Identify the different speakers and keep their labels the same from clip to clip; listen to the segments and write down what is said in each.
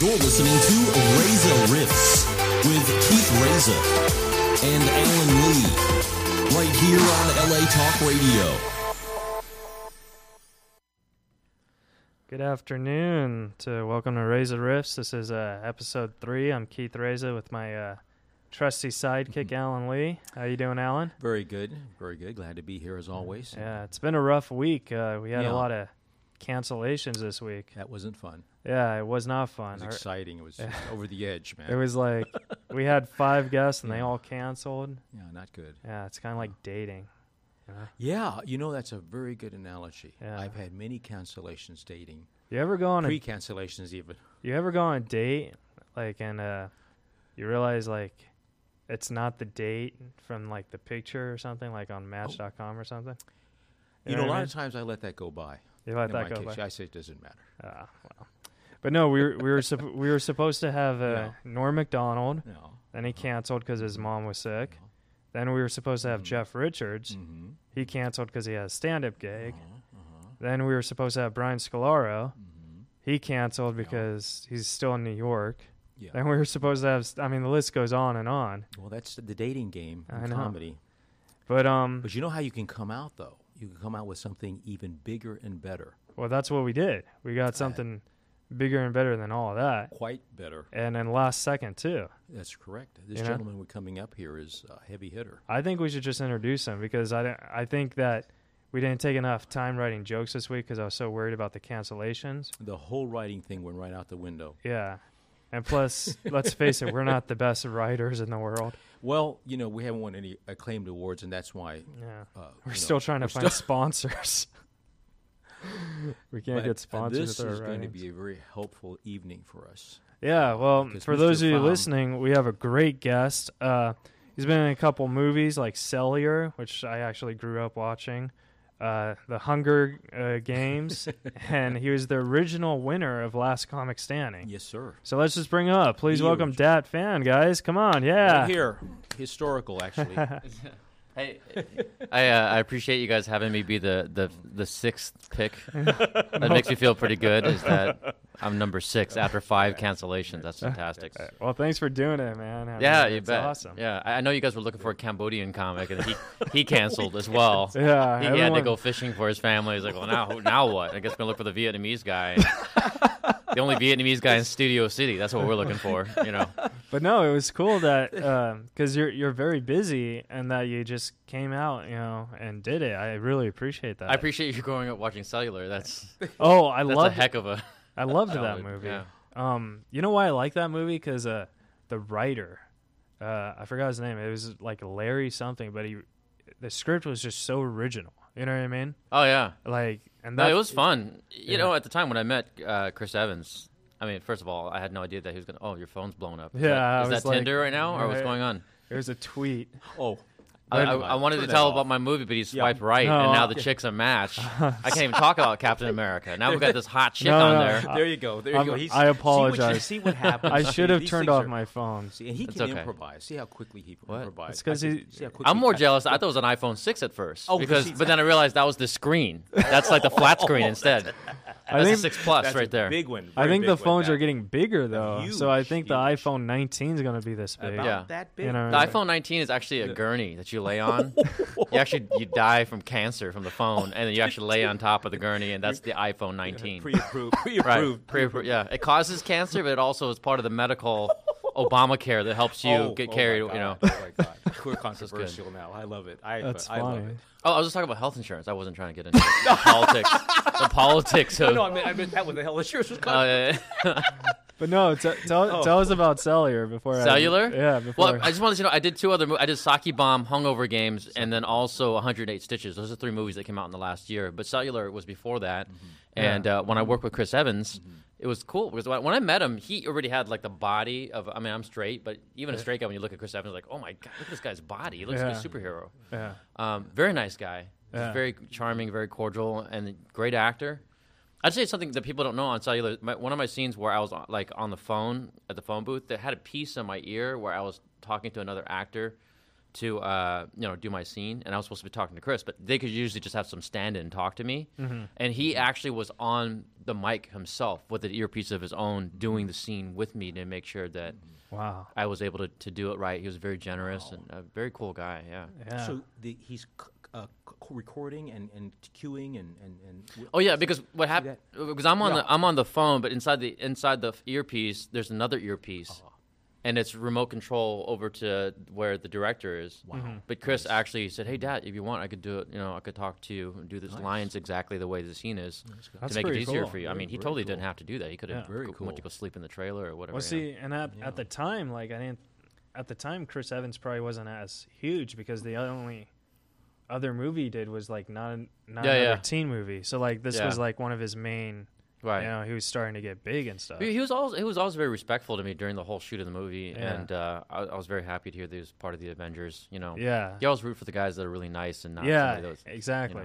Speaker 1: You're listening to Razor Riffs with Keith Razor and Alan Lee right here on LA Talk Radio.
Speaker 2: Good afternoon to welcome to Razor Riffs. This is uh, episode three. I'm Keith Razor with my uh, trusty sidekick
Speaker 3: Mm-hmm.
Speaker 2: Alan Lee. How you doing, Alan?
Speaker 3: Very good, very good. Glad to be here as always.
Speaker 2: Yeah, it's been a rough week. Uh, we had
Speaker 3: Yeah.
Speaker 2: a lot of cancellations this week.
Speaker 3: That wasn't fun.
Speaker 2: Yeah, it was not
Speaker 3: It
Speaker 2: fun.
Speaker 3: was
Speaker 2: Our-
Speaker 3: exciting. It was just over the edge, man.
Speaker 2: It was like we had five guests and they all canceled.
Speaker 3: yeah, not good.
Speaker 2: Yeah, it's kind of like dating.
Speaker 3: Yeah, you know that's a very good analogy.
Speaker 2: Yeah.
Speaker 3: I've had many cancellations dating,
Speaker 2: You ever go on a
Speaker 3: pre-cancellations even.
Speaker 2: you ever go on a date like and uh you realize like it's not the date from like the picture or something like on Match.com or something.
Speaker 3: Oh. You, know, a lot of times I let that go by.
Speaker 2: You let
Speaker 3: in
Speaker 2: that
Speaker 3: my
Speaker 2: go
Speaker 3: case,
Speaker 2: by.
Speaker 3: I say it doesn't matter.
Speaker 2: Ah, well. But no, we were we were supp- we were supposed to have uh,
Speaker 3: Yeah.
Speaker 2: Norm Macdonald.
Speaker 3: No.
Speaker 2: Then he canceled because his mom was sick. Then we were supposed to have Jeff Richards.
Speaker 3: Uh-huh. Mm-hmm.
Speaker 2: He canceled because he had a stand-up gig.
Speaker 3: Uh-huh.
Speaker 2: Then we were supposed to have Brian Scalaro.
Speaker 3: Mm-hmm.
Speaker 2: He canceled because he's still in New York.
Speaker 3: Yeah.
Speaker 2: Then we were supposed to have. I mean, the list goes on and on.
Speaker 3: Well, that's the dating game in
Speaker 2: I know. Mm-hmm.
Speaker 3: comedy.
Speaker 2: But um,
Speaker 3: But you know how you can come out though. You can come out with something even bigger and better,
Speaker 2: well, that's what we did. We got something bigger and better than all of that,
Speaker 3: quite better.
Speaker 2: and then last second too.
Speaker 3: That's correct. This
Speaker 2: You know?
Speaker 3: gentleman we're coming up here is a heavy hitter.
Speaker 2: I think we should just introduce him because I, don't- I think that we didn't take enough time writing jokes this week because I was so worried about the cancellations.
Speaker 3: The whole writing thing went right out the window.
Speaker 2: Yeah. And plus, let's face it, we're not the best writers in the world.
Speaker 3: Well, you know, we haven't won any acclaimed awards, and that's why
Speaker 2: Yeah.
Speaker 3: uh,
Speaker 2: We're
Speaker 3: you know,
Speaker 2: still trying to
Speaker 3: we're
Speaker 2: find sponsors. we can't
Speaker 3: but, uh,
Speaker 2: get sponsors.
Speaker 3: This
Speaker 2: with our
Speaker 3: is going to
Speaker 2: writings.
Speaker 3: be a very helpful evening for us.
Speaker 2: Yeah, well,
Speaker 3: Because
Speaker 2: for
Speaker 3: Mr.
Speaker 2: those of you
Speaker 3: Pham-
Speaker 2: listening, we have a great guest. Uh, he's been in a couple movies like Cellular, which I actually grew up watching, uh, The Hunger uh, Games, and he was the original winner of Last Comic Standing.
Speaker 3: Yes, sir.
Speaker 2: So let's just bring him up. Please
Speaker 3: The
Speaker 2: welcome
Speaker 3: original.
Speaker 2: Dat Fan, guys. Come on, yeah.
Speaker 3: Right here, historical actually.
Speaker 4: Hey, I uh, I appreciate you guys having me be the the, the sixth pick. that makes me feel pretty good. Is that I'm number six after five cancellations? That's fantastic.
Speaker 2: Well, thanks for doing it, man. I mean,
Speaker 4: Yeah, you
Speaker 2: it's
Speaker 4: bet.
Speaker 2: Awesome.
Speaker 4: Yeah, I I know you guys were looking for a Cambodian comic, and he he canceled as well.
Speaker 2: Yeah,
Speaker 4: He had to
Speaker 2: everyone-
Speaker 4: go fishing for his family. He's like, well, now now what? I guess we're gonna look for the Vietnamese guy. the only Vietnamese guy in Studio City. That's what we're looking for. You know.
Speaker 2: But no, it was cool that because you're you're very busy and that you just came out, you know, and did it. I really appreciate that.
Speaker 4: I appreciate you growing up watching Cellular. That's
Speaker 2: Oh, I
Speaker 4: that's a
Speaker 2: love
Speaker 4: heck of a.
Speaker 2: I loved that
Speaker 4: Solid,
Speaker 2: movie.
Speaker 4: yeah.
Speaker 2: Um, you know why I like that movie? Because uh, the writer, uh, I forgot his name. It was like Larry something, but he, the script was just so original. You know what I mean?
Speaker 4: Oh yeah.
Speaker 2: Like, and
Speaker 4: No,
Speaker 2: that
Speaker 4: it was fun. You
Speaker 2: Yeah.
Speaker 4: know, at the time when I met uh, Chris Evans, I mean, first of all, I had no idea that he was going to. Oh, your phone's blown up. Is that-
Speaker 2: Yeah, I
Speaker 4: is
Speaker 2: was
Speaker 4: that
Speaker 2: like,
Speaker 4: Tinder right now, or what's
Speaker 2: right.
Speaker 4: going on?
Speaker 2: it was a tweet.
Speaker 3: oh,
Speaker 4: I,
Speaker 3: never
Speaker 4: I,
Speaker 3: mind.
Speaker 4: I wanted
Speaker 3: Turn
Speaker 4: to
Speaker 3: that
Speaker 4: tell
Speaker 3: off.
Speaker 4: about my movie, but he swiped right,
Speaker 2: No,
Speaker 4: and now
Speaker 2: I'll-
Speaker 4: the chick's a match. I can't even talk about Captain America. Now we've got this hot chick
Speaker 2: No,
Speaker 4: on
Speaker 2: no,
Speaker 4: there.
Speaker 2: I-
Speaker 3: There you go. There you
Speaker 2: I'm-
Speaker 3: go.
Speaker 2: I
Speaker 3: He's, See what, you-
Speaker 2: apologize.
Speaker 3: see what happens.
Speaker 2: I
Speaker 3: See,
Speaker 2: should have
Speaker 3: these
Speaker 2: turned
Speaker 3: things
Speaker 2: off
Speaker 3: are-
Speaker 2: my phone.
Speaker 3: See, and he
Speaker 4: It's
Speaker 3: can
Speaker 4: okay.
Speaker 3: improvise. See how quickly he
Speaker 4: What?
Speaker 3: improvises.
Speaker 2: It's 'cause
Speaker 3: I
Speaker 2: he-
Speaker 3: can- see how quickly
Speaker 4: I'm more
Speaker 3: I-
Speaker 4: jealous. I thought it was an iPhone 6 at first,
Speaker 3: Oh,
Speaker 4: because
Speaker 3: geez.
Speaker 4: but then I realized that was the screen. That's like the flat screen instead.
Speaker 2: I
Speaker 4: That's a
Speaker 2: think
Speaker 4: six plus
Speaker 3: That's a
Speaker 4: right there.
Speaker 3: Big one.
Speaker 2: I
Speaker 3: very
Speaker 2: think
Speaker 3: big
Speaker 2: the
Speaker 3: one,
Speaker 2: phones
Speaker 3: that.
Speaker 2: are getting bigger though, so I
Speaker 3: Huge,
Speaker 2: think the
Speaker 3: huge.
Speaker 2: iPhone 19 is going to be this big.
Speaker 3: About
Speaker 4: Yeah.
Speaker 3: that big.
Speaker 2: You know,
Speaker 4: The iPhone 19 is actually a gurney that you lay on. you actually you die from cancer from the phone, and then you actually lay on top of the gurney, and that's the iPhone 19.
Speaker 3: Pre-approved.
Speaker 4: right?
Speaker 3: Pre-approved.
Speaker 4: Pre-approved. Yeah, it causes cancer, but it also is part of the medical Obamacare that helps you
Speaker 3: Oh,
Speaker 4: get
Speaker 3: oh my
Speaker 4: carried. You
Speaker 3: God,
Speaker 4: know.
Speaker 3: oh my God. We're controversial now. I love it. I,
Speaker 2: That's
Speaker 3: I love
Speaker 2: funny.
Speaker 3: it.
Speaker 4: Oh, I was just talking about health insurance. I wasn't trying to get into the politics. The politics of.
Speaker 3: No, I meant, I meant that with the hell insurance was called.
Speaker 4: uh,
Speaker 2: But no, t- tell tell us about cellular before I-
Speaker 4: Cellular?
Speaker 2: yeah, before
Speaker 4: Well, I just wanted to know. I did two other. Mo- I did Saki Bomb, Hungover Games, and then also 108 Stitches. Those are three movies that came out in the last year. But Cellular was before that.
Speaker 2: Mm-hmm.
Speaker 4: And uh, when I worked with Chris Evans, it was cool because when when I met him, he already had like the body of. I mean, I'm straight, but even a straight guy, when you look at Chris Evans, like, oh my god, look at this guy's body. He looks like a
Speaker 2: Yeah.
Speaker 4: superhero.
Speaker 2: yeah.
Speaker 4: Um, very nice guy. He's
Speaker 2: Yeah.
Speaker 4: Very charming, very cordial, and a great actor. I'd say something that people don't know on cellular. My, one of my scenes where I was on, like on the phone at the phone booth, that had a piece in my ear where I was talking to another actor, to uh, you know do my scene, and I was supposed to be talking to Chris, but they could usually just have some stand in and talk to me. And he actually was on the mic himself with an earpiece of his own, doing the scene with me to make sure that
Speaker 2: Wow.
Speaker 4: I was able to, to do it right. He was very generous and a very cool guy. Yeah.
Speaker 2: Yeah.
Speaker 3: So the, he's c- uh, c- recording and, and queuing and and, and w-
Speaker 4: Oh yeah, because what happened? Because I'm on the I'm on the phone, but inside the inside the earpiece, there's another earpiece,
Speaker 2: Uh-huh.
Speaker 4: and it's remote control over to where the director is. Wow. But Chris actually said, "Hey, Dad, if you want, I could do it. You know, I could talk to you and do this lines exactly the way the scene is
Speaker 2: That's
Speaker 4: to make it
Speaker 2: pretty
Speaker 4: easier
Speaker 2: cool.
Speaker 4: for you." I mean, he totally didn't have to do that. He could have
Speaker 3: Very
Speaker 4: go-
Speaker 3: cool.
Speaker 4: went to go sleep in the trailer or whatever.
Speaker 2: Well, see,
Speaker 4: yeah.
Speaker 2: and at, at the time, like I didn't. At the time, Chris Evans probably wasn't as huge because the only other movie he did was like not not
Speaker 4: Yeah,
Speaker 2: another
Speaker 4: yeah.
Speaker 2: teen movie. So like this
Speaker 4: Yeah.
Speaker 2: was like one of his main.
Speaker 4: Right.
Speaker 2: You know, he was starting to get big and stuff.
Speaker 4: He he was always he was always very respectful to me during the whole shoot of the movie,
Speaker 2: Yeah.
Speaker 4: and uh, I, I was very happy to hear that he was part of the Avengers. You know,
Speaker 2: Yeah.
Speaker 4: you always root for the guys that are really nice and not
Speaker 2: yeah.
Speaker 4: somebody that was- you know.
Speaker 2: exactly.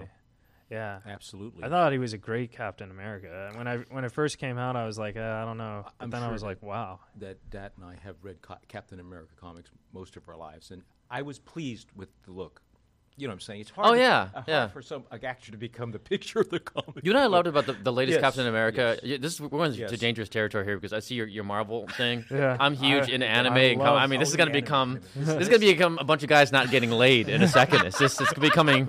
Speaker 2: Yeah.
Speaker 3: absolutely.
Speaker 2: I thought he was a great Captain America. When I when it first came out, I was like, uh, I don't know. But
Speaker 3: I'm
Speaker 2: then I
Speaker 3: sure
Speaker 2: was
Speaker 3: that-
Speaker 2: like, wow.
Speaker 3: that Dad and I have read co- Captain America comics most of our lives, and I was pleased with the look. You know what I'm saying? It's hard.
Speaker 4: Oh,
Speaker 3: to-
Speaker 4: yeah,
Speaker 3: uh, hard
Speaker 4: yeah.
Speaker 3: For some an actor to become the picture of the comic.
Speaker 4: You know what I loved about the, the latest
Speaker 3: Yes,
Speaker 4: Captain America? Yeah, this is, we're going to
Speaker 3: Yes.
Speaker 4: dangerous territory here because I see your, your Marvel thing.
Speaker 2: Yeah.
Speaker 4: I'm huge in anime.
Speaker 2: I
Speaker 4: I, and com-
Speaker 2: love-
Speaker 4: I mean, this
Speaker 3: oh,
Speaker 4: is going to
Speaker 3: the anime.
Speaker 4: become this is going to become a bunch of guys not getting laid in a second. It's just it's becoming.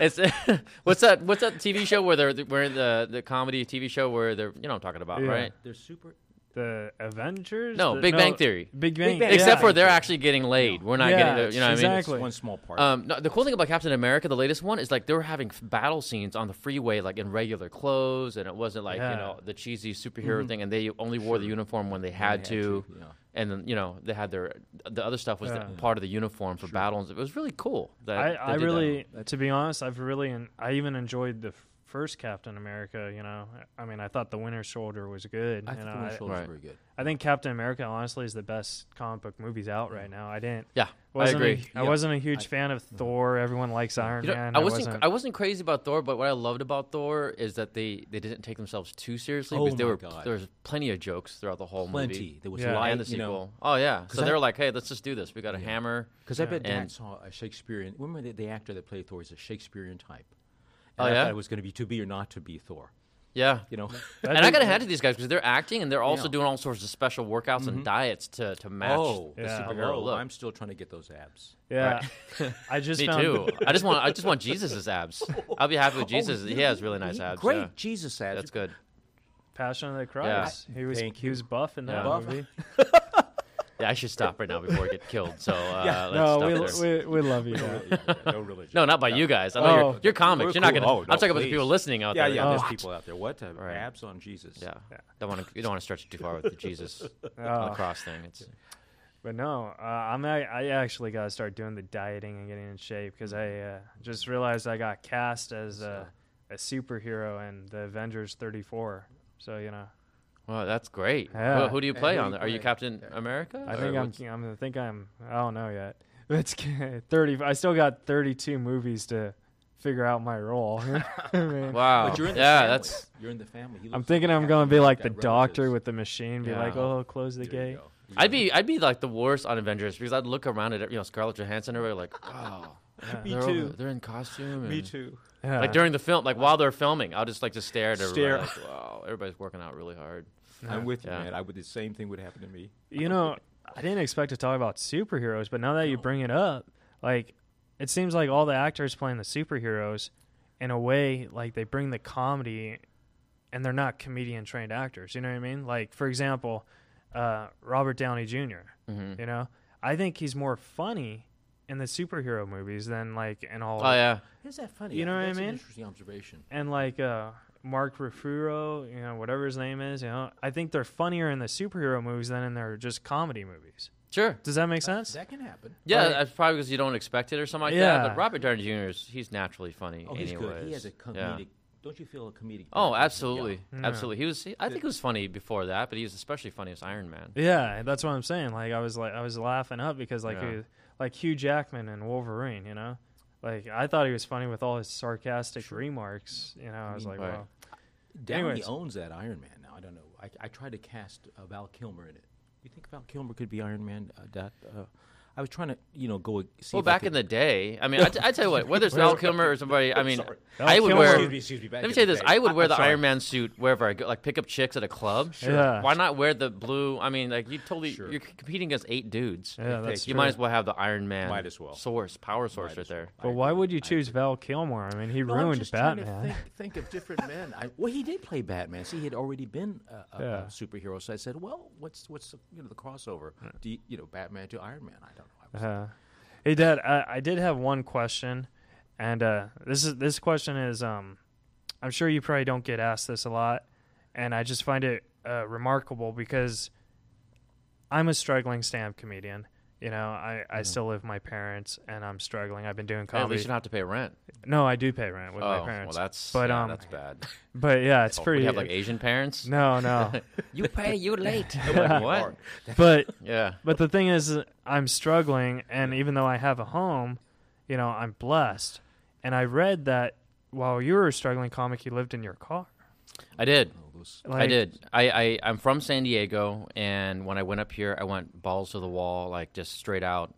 Speaker 4: It's what's that? What's that TV show where they're where the the comedy TV show where they're you know what I'm talking about
Speaker 2: Yeah.
Speaker 4: right?
Speaker 3: They're super.
Speaker 2: The Avengers?
Speaker 4: No,
Speaker 2: The-
Speaker 4: Big Bang Theory.
Speaker 2: Big Bang.
Speaker 3: Bang
Speaker 2: yeah.
Speaker 4: Except for they're actually getting laid. We're not
Speaker 2: Yeah,
Speaker 4: getting the, you know what I mean?
Speaker 2: exactly.
Speaker 3: One small part.
Speaker 4: Um, no, the cool thing about Captain America, the latest one, is like they were having f- battle scenes on the freeway, like in regular clothes, and it wasn't like
Speaker 2: Yeah.
Speaker 4: you know the cheesy superhero thing. And they only wore the uniform when they had,
Speaker 3: Mm-hmm. they had
Speaker 4: to,
Speaker 3: to, yeah.
Speaker 4: and then you know they had their the other stuff was the- part of the uniform for battles. It was really cool. That
Speaker 2: I,
Speaker 4: they
Speaker 2: I
Speaker 4: did that.
Speaker 2: really, to be honest, I've really, en- I even enjoyed the f- first Captain America. You know, I mean, I thought the Winter Soldier was good.
Speaker 3: I
Speaker 2: you
Speaker 3: think
Speaker 2: know,
Speaker 3: the Winter Soldier's
Speaker 4: Right.
Speaker 3: very good.
Speaker 2: I think Captain America honestly is the best comic book movies out right now. I didn't.
Speaker 4: Yeah, I
Speaker 2: wasn't
Speaker 4: agree.
Speaker 2: A, Mm. I Mm.
Speaker 3: Yeah.
Speaker 2: wasn't a huge fan of Thor. Everyone likes Iron
Speaker 4: You know,
Speaker 2: Man.
Speaker 4: I wasn't, I wasn't crazy about Thor, but what I loved about Thor is that they, they didn't take themselves too seriously
Speaker 3: Oh
Speaker 4: because there
Speaker 3: my
Speaker 4: were
Speaker 3: God.
Speaker 4: there was plenty of jokes throughout the whole
Speaker 3: Plenty.
Speaker 4: movie.
Speaker 3: There was
Speaker 2: Yeah.
Speaker 3: light.
Speaker 4: and the
Speaker 3: you
Speaker 4: sequel.
Speaker 3: know,
Speaker 4: oh yeah, so
Speaker 3: I-
Speaker 4: they were like, hey, let's just do this. We got a hammer.
Speaker 3: Because I bet
Speaker 4: And-
Speaker 3: Dad saw a Shakespearean. Remember the, the actor that played Thor is a Shakespearean type.
Speaker 4: Oh,
Speaker 3: And I
Speaker 4: yeah?
Speaker 3: thought it was going to be to be or not to be Thor.
Speaker 4: Yeah,
Speaker 3: You know,
Speaker 4: and I got to hand it to these guys because they're acting and they're also
Speaker 3: Yeah.
Speaker 4: doing all sorts of special workouts and diets to, to match
Speaker 3: oh,
Speaker 4: the
Speaker 2: Yeah.
Speaker 4: superhero
Speaker 3: hello,
Speaker 4: look.
Speaker 3: I'm still trying to get those abs.
Speaker 2: yeah, I just
Speaker 4: Me
Speaker 2: found
Speaker 4: too. I just want I just want Jesus's abs. I'll be happy with Jesus. he has really nice
Speaker 3: Oh, He-
Speaker 4: abs.
Speaker 3: Great
Speaker 4: yeah.
Speaker 3: Jesus abs.
Speaker 4: that's good.
Speaker 2: Passion of the Christ. He was
Speaker 3: Thank
Speaker 2: he was buff in that
Speaker 4: Yeah.
Speaker 3: Buff.
Speaker 2: movie.
Speaker 4: Yeah, I should stop right now before I get killed. So uh, let's
Speaker 2: No,
Speaker 4: stop
Speaker 2: we,
Speaker 4: there.
Speaker 2: we, we love you. guys.
Speaker 3: Yeah, yeah, no religion.
Speaker 4: no, not by you guys. I know
Speaker 2: Oh.
Speaker 4: you're, you're comics. You're not
Speaker 3: We're
Speaker 4: gonna.
Speaker 3: cool. Oh, no,
Speaker 4: I'm talking about the
Speaker 3: please.
Speaker 4: people listening out
Speaker 3: Yeah,
Speaker 4: there.
Speaker 3: yeah.
Speaker 2: Oh.
Speaker 3: There's
Speaker 2: What?
Speaker 3: people out there. What Uh,
Speaker 4: Right.
Speaker 3: abs on Jesus?
Speaker 4: yeah. Don't want to. You don't want to stretch it too far with the Jesus on
Speaker 2: Oh.
Speaker 4: the cross thing. It's
Speaker 2: But no, uh, I'm I, I actually got to start doing the dieting and getting in shape because I uh, just realized I got cast as a, a superhero in the Avengers 34. So you know,
Speaker 4: well, that's great.
Speaker 2: Yeah.
Speaker 4: Who, who do you play
Speaker 3: who
Speaker 4: on
Speaker 3: do you
Speaker 4: there? Are you
Speaker 3: play?
Speaker 4: Captain America?
Speaker 2: I
Speaker 4: Or
Speaker 2: think I'm,
Speaker 4: what's-
Speaker 2: I'm I think I'm I don't know yet. It's 30. I still got 32 movies to figure out my role. I mean,
Speaker 4: Wow.
Speaker 3: But you're in the
Speaker 4: Oh. yeah,
Speaker 3: family.
Speaker 4: that's
Speaker 3: you're in the family. He
Speaker 2: I'm
Speaker 3: looks
Speaker 2: thinking
Speaker 3: you
Speaker 2: I'm
Speaker 3: got-
Speaker 2: gonna be
Speaker 3: you
Speaker 2: like
Speaker 3: got
Speaker 2: the doctor
Speaker 3: relatives.
Speaker 2: with the machine, be
Speaker 4: Yeah.
Speaker 2: like, "Oh, close the
Speaker 3: There you
Speaker 2: gate."
Speaker 3: go.
Speaker 4: I'd be I'd be like the worst on Avengers because I'd look around at you know Scarlett Johansson and everybody like oh
Speaker 3: Me
Speaker 4: they're,
Speaker 3: too.
Speaker 4: over- they're in costume
Speaker 3: Me
Speaker 4: and-
Speaker 3: too.
Speaker 2: Yeah.
Speaker 4: like during the film like while they're filming I'll just like just stare at everybody
Speaker 3: Stare.
Speaker 4: like wow everybody's working out really hard
Speaker 3: I'm with you,
Speaker 4: Yeah.
Speaker 3: man. I would the same thing would happen to me.
Speaker 2: you know, I didn't expect to talk about superheroes, but now that you bring it up, like it seems like all the actors playing the superheroes, in a way, like they bring the comedy, and they're not comedian trained actors. You know what I mean? Like for example, uh, Robert Downey junior
Speaker 4: Mm-hmm.
Speaker 2: You know, I think he's more funny in the superhero movies than like in all.
Speaker 4: oh yeah
Speaker 3: Is that funny?
Speaker 2: You know what I
Speaker 3: That's an
Speaker 2: mean?
Speaker 3: Interesting observation.
Speaker 2: and like uh, Mark Ruffalo, you know, whatever his name is, you know, I think they're funnier in the superhero movies than in their just comedy movies.
Speaker 4: sure
Speaker 2: Does that make sense?
Speaker 3: That can happen.
Speaker 4: yeah that's probably because you don't expect it or something like that
Speaker 2: Yeah.
Speaker 4: but Robert Downey Jr. is he's naturally funny
Speaker 3: Oh,
Speaker 4: anyways
Speaker 3: he's good. He has a
Speaker 4: Yeah.
Speaker 3: comedic. Don't you feel a comedic?
Speaker 4: oh
Speaker 3: background?
Speaker 4: absolutely absolutely he was he, I think he was funny before that but he was especially funny as Iron Man
Speaker 2: Yeah, that's what I'm saying. Like I was like I was laughing up because like
Speaker 4: Yeah.
Speaker 2: he, like Hugh Jackman and Wolverine, you know, like I thought he was funny with all his sarcastic remarks. You know, I, was like,
Speaker 4: Mm-hmm. right.
Speaker 2: wow.
Speaker 3: Downey
Speaker 2: Anyways.
Speaker 3: owns that Iron Man now. I don't know. I, I tried to cast uh, Val Kilmer in it. You think Val Kilmer could be Iron Man? Uh, that, uh, I was trying to, you know, go see.
Speaker 4: Well,
Speaker 3: if I
Speaker 4: back
Speaker 3: could-
Speaker 4: in the day, I mean, I, t- I tell you what, whether it's Val Kilmer or somebody, I mean,
Speaker 2: Val
Speaker 4: I would
Speaker 2: Kilmer-
Speaker 4: wear.
Speaker 2: Excuse
Speaker 3: me, excuse me, back
Speaker 4: let me
Speaker 3: in
Speaker 4: tell you
Speaker 3: the
Speaker 4: this:
Speaker 3: day.
Speaker 4: I would
Speaker 3: I-
Speaker 4: wear
Speaker 3: I'm
Speaker 4: the
Speaker 3: sorry.
Speaker 4: Iron Man suit wherever I go, like pick up chicks at a club. Sure.
Speaker 2: Yeah.
Speaker 4: Why not wear the blue? I mean, like you totally
Speaker 3: Sure.
Speaker 4: you're c- competing against eight dudes.
Speaker 2: Yeah, that's
Speaker 4: you
Speaker 2: true.
Speaker 4: might as well have the Iron Man.
Speaker 3: Might as well.
Speaker 4: Source power source
Speaker 3: Might
Speaker 4: right
Speaker 3: as well.
Speaker 4: there.
Speaker 2: But why would you choose Val Kilmer? I mean, he
Speaker 3: No, I'm
Speaker 2: ruined
Speaker 3: just trying to
Speaker 2: Batman.
Speaker 3: Think, think of different men. I, well, he did play Batman. See, he had already been a, a,
Speaker 2: Yeah.
Speaker 3: a superhero. So I said, well, what's what's the, you know the crossover? Do you, you know Batman to Iron Man? I don't know. I was-
Speaker 2: Uh, hey, Dad, I, I did have one question, and uh, this is this question is um, I'm sure you probably don't get asked this a lot, and I just find it uh, remarkable because I'm a struggling stand-up comedian. You know, I, I still live with my parents, and I'm struggling. I've been doing
Speaker 4: Hey, At
Speaker 2: comedy.
Speaker 4: least you don't have to pay rent.
Speaker 2: no, I do pay rent with my
Speaker 4: oh,
Speaker 2: parents.
Speaker 4: well, that's
Speaker 2: but
Speaker 4: yeah,
Speaker 2: um,
Speaker 4: that's bad.
Speaker 2: but yeah, it's
Speaker 4: Pretty,
Speaker 2: pretty.
Speaker 4: you have like Asian parents.
Speaker 2: no, no,
Speaker 4: You pay. You late. I'm like, what?
Speaker 2: but
Speaker 4: Yeah.
Speaker 2: But the thing is, uh, I'm struggling, and even though I have a home, you know, I'm blessed. And I read that while you were a struggling comic, you lived in your car.
Speaker 4: I did. I
Speaker 2: Like-
Speaker 4: did. I, I I'm from San Diego, and when I went up here, I went balls to the wall, like just straight out.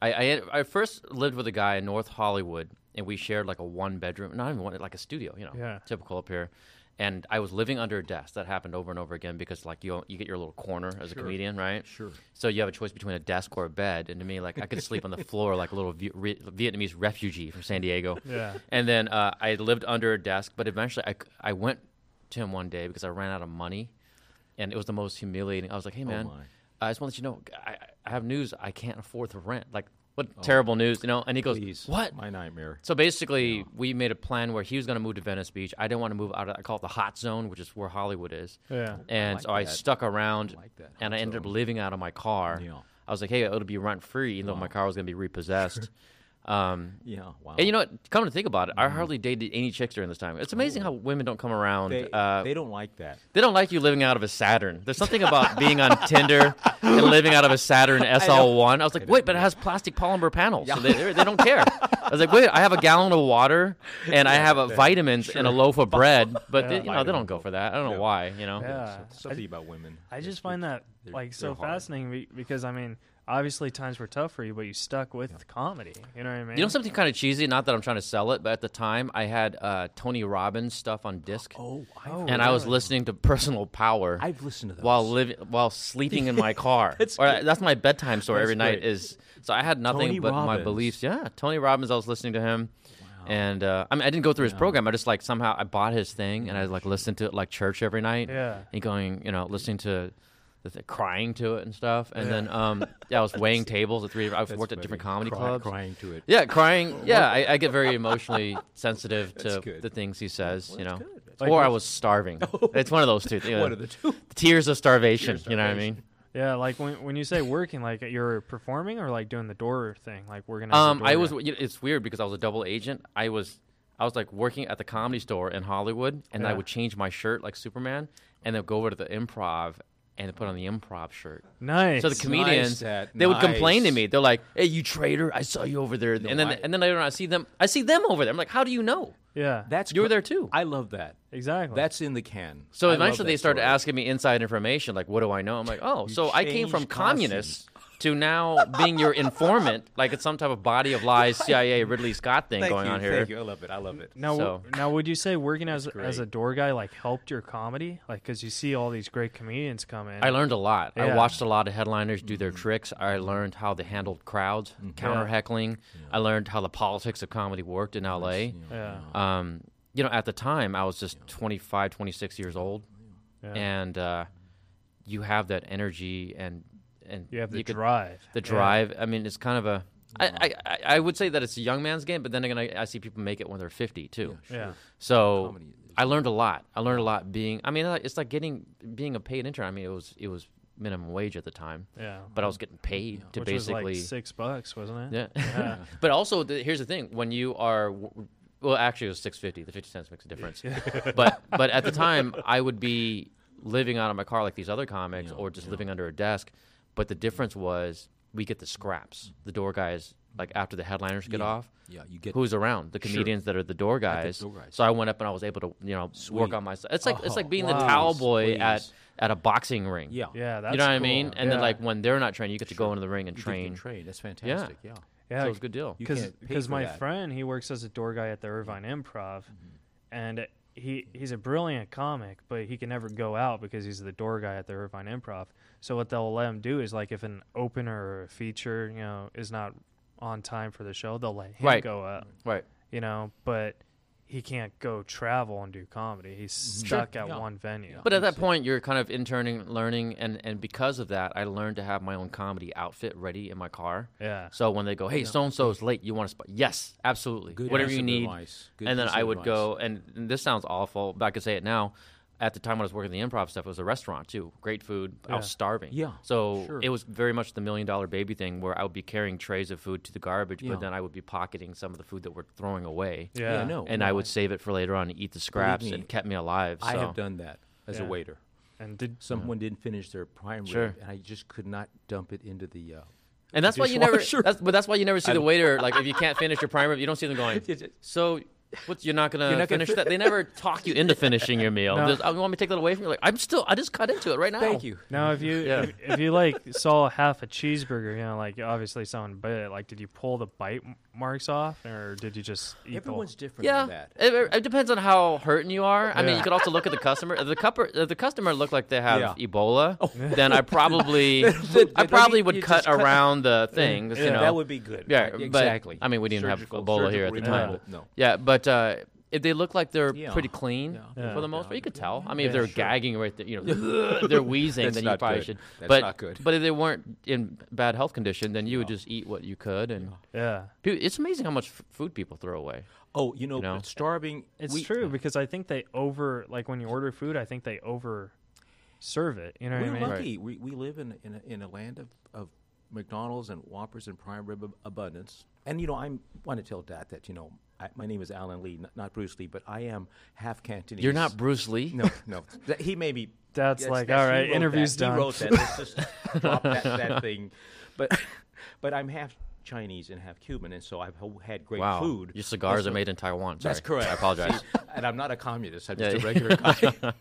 Speaker 4: I I, had- I first lived with a guy in North Hollywood, and we shared like a one bedroom, not even one, like a studio, you know,
Speaker 2: Yeah.
Speaker 4: typical up here. And I was living under a desk. That happened over and over again because like you you get your little corner as a comedian, right?
Speaker 3: Sure.
Speaker 4: So you have a choice between a desk or a bed, and to me, like I could sleep on the floor like a little v- re- Vietnamese refugee from San Diego.
Speaker 2: Yeah.
Speaker 4: And then uh, I lived under a desk, but eventually I, c- I went to him one day because I ran out of money, and it was the most humiliating. I was like, "Hey man,
Speaker 3: Oh, my.
Speaker 4: I just want to let you know I, I have news. I can't afford the rent. Like, what terrible news, you know?" And he goes,
Speaker 3: Oh. Please.
Speaker 4: "What?"
Speaker 3: My nightmare.
Speaker 4: So basically, we made a plan where he was going to move to Venice Beach. I didn't want to move out of, I call it the hot zone, which is where Hollywood is.
Speaker 2: Yeah.
Speaker 4: And
Speaker 3: like
Speaker 4: so I
Speaker 3: that.
Speaker 4: stuck around
Speaker 3: like that,
Speaker 4: and I
Speaker 3: hot
Speaker 4: ended up
Speaker 3: zone.
Speaker 4: living out of my car.
Speaker 3: Yeah.
Speaker 4: I was like, hey, it'll be rent free, even though my car was going to be repossessed. um,
Speaker 3: Yeah. Wow.
Speaker 4: and you know what? Come to think about it,
Speaker 3: Mm-hmm.
Speaker 4: I hardly dated any chicks during this time. It's amazing how women don't come around.
Speaker 3: they,
Speaker 4: uh,
Speaker 3: they don't like that.
Speaker 4: they don't like you living out of a Saturn. There's something about being on Tinder and living out of a Saturn SL1. I was like, wait, but it has plastic polymer panels, so they, they they don't care. I was like, wait, I have a gallon of water and I have a vitamins and a loaf of bread, but they, you know they don't go for that. I don't know why. You know,
Speaker 3: Uh,
Speaker 2: Yeah.
Speaker 3: Something about women.
Speaker 2: I just find that
Speaker 3: they're-
Speaker 2: like so
Speaker 3: they're hard.
Speaker 2: fascinating be- because I mean, obviously times were tough for you, but you stuck with comedy. You know what I mean?
Speaker 4: you know something kind of cheesy. Not that I'm trying to sell it, but at the time I had uh, Tony Robbins stuff on disc.
Speaker 3: Oh, I,
Speaker 4: and I was listening to Personal Power.
Speaker 3: I've listened to those.
Speaker 4: while living while sleeping in my car.
Speaker 3: That's
Speaker 4: Or uh,
Speaker 3: great.
Speaker 4: that's my bedtime story every night.
Speaker 3: great.
Speaker 4: Is so I had nothing
Speaker 3: Tony
Speaker 4: but my
Speaker 3: Robbins.
Speaker 4: beliefs. Yeah, Tony Robbins. I was listening to him, and uh, I mean I didn't go through his program. I just like somehow I bought his thing and I like listened to it like church every night.
Speaker 2: Yeah.
Speaker 4: and going you know listening to. The th- crying to it and stuff, and then um, yeah, I was weighing tables at three. I've worked at different comedy
Speaker 3: Cry-
Speaker 4: clubs.
Speaker 3: Crying to it.
Speaker 4: Yeah, crying. Yeah, I, I get very emotionally sensitive to
Speaker 3: good.
Speaker 4: the things he says. you know,
Speaker 3: good. That's
Speaker 4: or I was starving. It's one of those two.
Speaker 3: One of the two.
Speaker 4: Tears of starvation. you know what I mean?
Speaker 2: yeah. Like when when you say working, like you're performing or like doing the door thing, like working. as a
Speaker 4: Um, I
Speaker 2: door
Speaker 4: was.
Speaker 2: guy?
Speaker 4: you know, It's weird because I was a double agent. I was, I was like working at the comedy store in Hollywood, and I
Speaker 2: Yeah.
Speaker 4: would change my shirt like Superman, and then go over to the improv and put on the improv shirt.
Speaker 2: nice.
Speaker 4: So the comedians,
Speaker 3: that.
Speaker 4: they would complain to
Speaker 3: Nice.
Speaker 4: me. They're like, "Hey, you traitor! I saw you over there." and then,
Speaker 3: I-
Speaker 4: and then later on, I see them. I see them over there. I'm like, "How do you know?"
Speaker 2: yeah,
Speaker 3: That's
Speaker 4: You were
Speaker 3: cr-
Speaker 4: there too.
Speaker 3: I love that.
Speaker 2: exactly.
Speaker 3: That's in the can.
Speaker 4: So
Speaker 3: I love
Speaker 4: eventually they
Speaker 3: that
Speaker 4: started
Speaker 3: story.
Speaker 4: asking me inside information, like, what do I know? I'm like, oh, so I came from
Speaker 3: changed
Speaker 4: communists to now being your informant. Like it's some type of body of lies, CIA, Ridley Scott thing
Speaker 3: Thank
Speaker 4: going
Speaker 3: you,
Speaker 4: on here.
Speaker 3: Thank you. I love it. I love it.
Speaker 2: Now, w-
Speaker 4: So-
Speaker 2: now, would you say working as as a
Speaker 3: great.
Speaker 2: door guy like helped your comedy? Like, because you see all these great comedians come in.
Speaker 4: I learned a lot. I
Speaker 2: Yeah.
Speaker 4: watched a lot of headliners do
Speaker 3: Mm.
Speaker 4: their tricks. I learned how they handled crowds,
Speaker 3: Mm-hmm.
Speaker 4: counter heckling. I learned how the politics of comedy worked in LA.
Speaker 2: yeah,
Speaker 4: um, you know, at the time I was just 25, 26 years old,
Speaker 2: Yeah.
Speaker 4: and uh, you have that energy and and
Speaker 2: you have the
Speaker 4: could-
Speaker 2: drive.
Speaker 4: the
Speaker 2: Yeah.
Speaker 4: drive. I mean, it's kind of a. I, I, I, I would say that it's a young man's game, but then again, I, I see people make it when they're 50 too.
Speaker 2: Yeah,
Speaker 4: So
Speaker 3: Comedy is-
Speaker 4: I learned a lot. I learned a lot being. I mean, uh, it's like getting being a paid intern. I mean, it was it was minimum wage at the time,
Speaker 2: yeah.
Speaker 4: but I was getting paid to
Speaker 2: Which
Speaker 4: basically.
Speaker 2: was like six bucks, wasn't it?
Speaker 4: Yeah. but also, the, here's the thing: when you are, well, actually, it was six fifty. The fifty cents makes a difference. but but at the time, I would be living out of my car like these other comics, or just living under a desk. But the difference was we get the scraps. The door guys like after the headliners get
Speaker 3: Yeah.
Speaker 4: off.
Speaker 3: Yeah, you get-
Speaker 4: who's around the
Speaker 3: Sure.
Speaker 4: comedians that are the door guys.
Speaker 3: door guys.
Speaker 4: So I went up and I was able to you know work
Speaker 3: Sweet.
Speaker 4: on myself. It's like it's
Speaker 3: Oh,
Speaker 4: like being the
Speaker 3: wow.
Speaker 4: towel boy
Speaker 3: Please.
Speaker 4: at at a boxing ring.
Speaker 3: Yeah.
Speaker 2: Yeah, that's
Speaker 4: you know what I
Speaker 2: cool.
Speaker 4: mean. And then
Speaker 2: Yeah.
Speaker 4: like when they're not training, you get to go into the ring and
Speaker 3: You think you
Speaker 4: train.
Speaker 3: can train. That's fantastic. Yeah.
Speaker 2: yeah,
Speaker 4: so it's a good deal.
Speaker 3: You
Speaker 2: because
Speaker 3: can't pay
Speaker 2: because
Speaker 3: for
Speaker 2: my
Speaker 3: that. Mm-hmm.
Speaker 2: friend he works as a door guy at the Irvine Improv, and he he's a brilliant comic, but he can never go out because he's the door guy at the Irvine Improv. So what they'll let him do is like if an opener or a feature you know is not on time for the show, they'll let him
Speaker 4: Right.
Speaker 2: go up.
Speaker 4: Right.
Speaker 2: You know, but he can't go travel and do comedy. He's
Speaker 3: Mm-hmm.
Speaker 2: stuck at
Speaker 3: Yeah.
Speaker 2: one venue.
Speaker 4: But
Speaker 3: uh,
Speaker 4: at that point, you're kind of interning, learning, and and because of that, I learned to have my own comedy outfit ready in my car.
Speaker 2: Yeah.
Speaker 4: So when they go, hey, so and so's late, you want to spot? Yes, absolutely.
Speaker 3: Good
Speaker 4: Whatever
Speaker 3: piece
Speaker 4: you
Speaker 3: of
Speaker 4: need.
Speaker 3: advice. Good
Speaker 4: and then
Speaker 3: piece
Speaker 4: I
Speaker 3: of
Speaker 4: would
Speaker 3: advice.
Speaker 4: go, and, and this sounds awful, but I could say it now. At the time when I was working the improv stuff, it was a restaurant too. Great food. I was starving.
Speaker 3: Yeah,
Speaker 4: So
Speaker 3: sure.
Speaker 4: it was very much the million dollar baby thing where I would be carrying trays of food to the garbage,
Speaker 3: Yeah.
Speaker 4: but then I would be pocketing some of the food that we're throwing away.
Speaker 2: Yeah.
Speaker 3: Yeah, no.
Speaker 4: And I would save it for later on to eat the scraps
Speaker 3: me,
Speaker 4: and kept me alive.
Speaker 3: I
Speaker 4: so.
Speaker 3: have done that as a
Speaker 2: Yeah.
Speaker 3: waiter.
Speaker 2: And did
Speaker 3: Someone didn't finish their prime
Speaker 4: Sure.
Speaker 3: rib, and I just could not dump it into the. Uh,
Speaker 4: And that's why you never.
Speaker 3: dishwasher.
Speaker 4: That's, but that's why you never see the waiter. Like if you can't finish your prime rib, you don't see them going.
Speaker 3: It's- it's-
Speaker 4: So, what's you're not gonna
Speaker 3: You're not gonna
Speaker 4: finish that? They never talk you into finishing your meal.
Speaker 2: No.
Speaker 4: Just, Oh, you want me to take that away from you? Like I'm still. I just cut into it right now.
Speaker 3: Thank you.
Speaker 2: Now, if you
Speaker 4: Yeah.
Speaker 2: if, if you like saw half a cheeseburger, you know, like obviously someone bit it. Like, did you pull the bite m- marks off, or did you just eat the whole-
Speaker 3: Everyone's different
Speaker 4: Yeah,
Speaker 3: on that.
Speaker 4: it, it depends on how hurting you are. I mean,
Speaker 2: Yeah.
Speaker 4: you could also look at the customer. If the cupper, if the customer looked like they have
Speaker 3: Yeah. Oh.
Speaker 4: Ebola, then I probably,
Speaker 3: then
Speaker 4: I
Speaker 3: you-
Speaker 4: probably would
Speaker 3: you
Speaker 4: cut
Speaker 3: just cut-
Speaker 4: around the thing. you know,
Speaker 3: that would be good.
Speaker 4: Yeah,
Speaker 3: Right,
Speaker 4: but,
Speaker 3: exactly.
Speaker 4: I mean, we didn't
Speaker 3: Surgical-
Speaker 4: have Ebola here at the
Speaker 3: surgical
Speaker 4: time.
Speaker 3: removal, no.
Speaker 4: Yeah, but uh, if they look like they're
Speaker 3: Yeah.
Speaker 4: pretty clean
Speaker 3: Yeah.
Speaker 4: for
Speaker 2: Yeah.
Speaker 4: the most part, you could tell. I mean, if
Speaker 2: Yeah,
Speaker 4: they're
Speaker 2: sure.
Speaker 4: gagging right there, you know, if they're wheezing,
Speaker 3: That's
Speaker 4: then you
Speaker 3: not
Speaker 4: probably
Speaker 3: good.
Speaker 4: should.
Speaker 3: That's
Speaker 4: but,
Speaker 3: not good.
Speaker 4: But if they weren't in bad health condition, then you would just eat what you could. And
Speaker 2: Yeah,
Speaker 4: dude, it's amazing how much f- food people throw away.
Speaker 3: Oh, you know,
Speaker 4: know?
Speaker 3: but starving.
Speaker 2: it's
Speaker 3: we-
Speaker 2: true because I think they over like when you order food, I think they over serve it. You know what I
Speaker 3: We're
Speaker 2: mean?
Speaker 3: lucky. We, we live in in a, in a land of, of McDonald's and Whoppers and prime rib ab- abundance. And you know, I want to tell Dad that you know, I, my name is Alan Lee, not, not Bruce Lee, but I am half Cantonese.
Speaker 4: You're not Bruce Lee.
Speaker 3: No, no. That- he may be.
Speaker 2: Dad's like,
Speaker 3: that's-
Speaker 2: "All
Speaker 3: he
Speaker 2: right,
Speaker 3: wrote
Speaker 2: interview's
Speaker 3: that.
Speaker 2: done."
Speaker 3: He wrote that. Let's just drop that, that thing. But, but I'm half Chinese and half Cuban, and so I've ho- had great
Speaker 4: Wow.
Speaker 3: food.
Speaker 4: Your cigars
Speaker 3: That's
Speaker 4: are
Speaker 3: what-
Speaker 4: made in Taiwan. Sorry.
Speaker 3: That's correct.
Speaker 4: I apologize.
Speaker 3: and I'm not a communist. I'm
Speaker 4: Yeah,
Speaker 3: just a
Speaker 4: yeah.
Speaker 3: regular guy.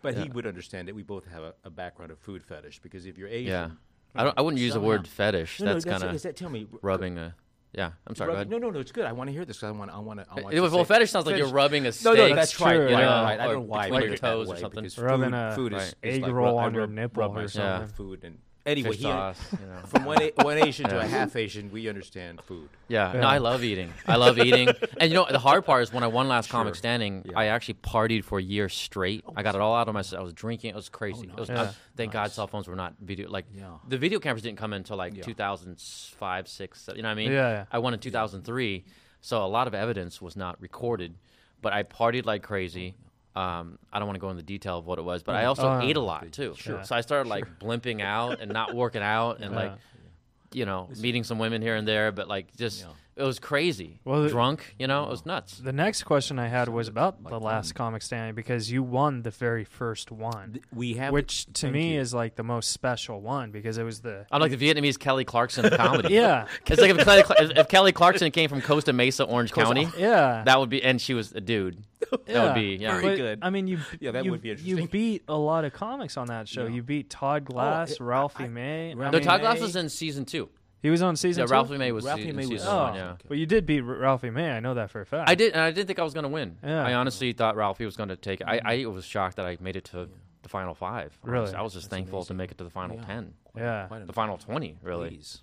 Speaker 3: but he would understand that we both have a, a background of food fetish because if you're Asian,
Speaker 4: yeah, I don't. I wouldn't use the word fetish.
Speaker 3: no,
Speaker 4: that's
Speaker 3: no,
Speaker 4: kind
Speaker 3: is
Speaker 4: of
Speaker 3: that tell me
Speaker 4: rubbing a. Yeah, I'm sorry.
Speaker 3: rubbing-
Speaker 4: go
Speaker 3: no,
Speaker 4: ahead.
Speaker 3: no, no. It's good. I want to hear this. 'cause I want. I want to. I want
Speaker 4: It-
Speaker 3: to
Speaker 4: well,
Speaker 3: say-
Speaker 4: fetish sounds like you're
Speaker 3: Fetish-
Speaker 4: rubbing a
Speaker 3: No,
Speaker 4: steak.
Speaker 3: no, that's
Speaker 2: That's
Speaker 3: right.
Speaker 2: true,
Speaker 3: Yeah,
Speaker 2: yeah.
Speaker 3: right. I
Speaker 4: Or
Speaker 3: don't know why. I
Speaker 4: between
Speaker 3: put
Speaker 4: your
Speaker 3: it that
Speaker 4: toes or
Speaker 3: way,
Speaker 4: something.
Speaker 3: because
Speaker 2: Rubbing
Speaker 3: food-
Speaker 2: a
Speaker 3: food is-
Speaker 2: egg
Speaker 3: is like
Speaker 2: roll
Speaker 3: rub- I
Speaker 2: on your
Speaker 3: rub-
Speaker 2: nipple
Speaker 3: rub
Speaker 2: or
Speaker 3: myself
Speaker 4: something.
Speaker 3: with Food and anyway,
Speaker 4: Fish
Speaker 3: he,
Speaker 4: sauce, you know.
Speaker 3: from one, A- one Asian to a half Asian, we understand food.
Speaker 4: Yeah, no, I love eating. I love eating. And you know, the hard part is when I won Last Comic Standing, I actually partied for a year straight. I got it all out of myself. I was drinking. It was crazy. It was,
Speaker 2: Oh, nice.
Speaker 4: I- thank God cell phones were not video. Like,
Speaker 3: Yeah.
Speaker 4: the video cameras didn't come in until like 2005, 6, seven, you know what I mean?
Speaker 2: Yeah, yeah.
Speaker 4: I won in 2003. So a lot of evidence was not recorded, but I partied like crazy. Um, I don't want to go into detail of what it was, but I also
Speaker 2: Oh,
Speaker 4: ate a lot too. Sure. So I started like blimping out and not working out and like you know, meeting some women here and there, but like just it was crazy.
Speaker 2: Well, the-
Speaker 4: Drunk, you know, it was nuts.
Speaker 2: The next question I had was about the last comic standing because you won the very first one,
Speaker 3: We have
Speaker 2: which to
Speaker 3: thank
Speaker 2: me
Speaker 3: you.
Speaker 2: is like the most special one because it was the
Speaker 4: I'm like the Vietnamese Kelly Clarkson of comedy.
Speaker 2: Yeah.
Speaker 4: it's like if Kelly, Cla- if- if Kelly Clarkson came from Costa Mesa, Orange County,
Speaker 2: yeah
Speaker 4: that would be, and she was a dude. That would be, yeah.
Speaker 3: Very
Speaker 2: But,
Speaker 3: good.
Speaker 2: I mean, you
Speaker 3: Yeah, that
Speaker 2: you-
Speaker 3: would be
Speaker 2: You
Speaker 3: interesting. Oh,
Speaker 2: beat a lot of comics on that show. You beat Todd Glass,
Speaker 3: it-
Speaker 2: Ralphie
Speaker 3: I-
Speaker 2: May. I
Speaker 4: No,
Speaker 2: mean,
Speaker 4: Todd Glass
Speaker 3: May-
Speaker 4: was in season two.
Speaker 2: He was on season.
Speaker 4: Yeah,
Speaker 2: two?
Speaker 4: Ralphie May was
Speaker 3: Ralphie
Speaker 4: se- in
Speaker 3: May was-
Speaker 4: season
Speaker 2: Oh,
Speaker 4: one. Yeah.
Speaker 2: but you did beat R- Ralphie May. I know that for a fact.
Speaker 4: I did, and I didn't think I was going to win.
Speaker 2: Yeah.
Speaker 4: I honestly thought Ralphie was going to take. it. I, I was shocked that I made it to the final five.
Speaker 2: Really?
Speaker 4: Honestly, I was just thankful to make it to the final ten,
Speaker 2: Yeah.
Speaker 3: Quite an
Speaker 4: the final twenty, really.
Speaker 3: amaze.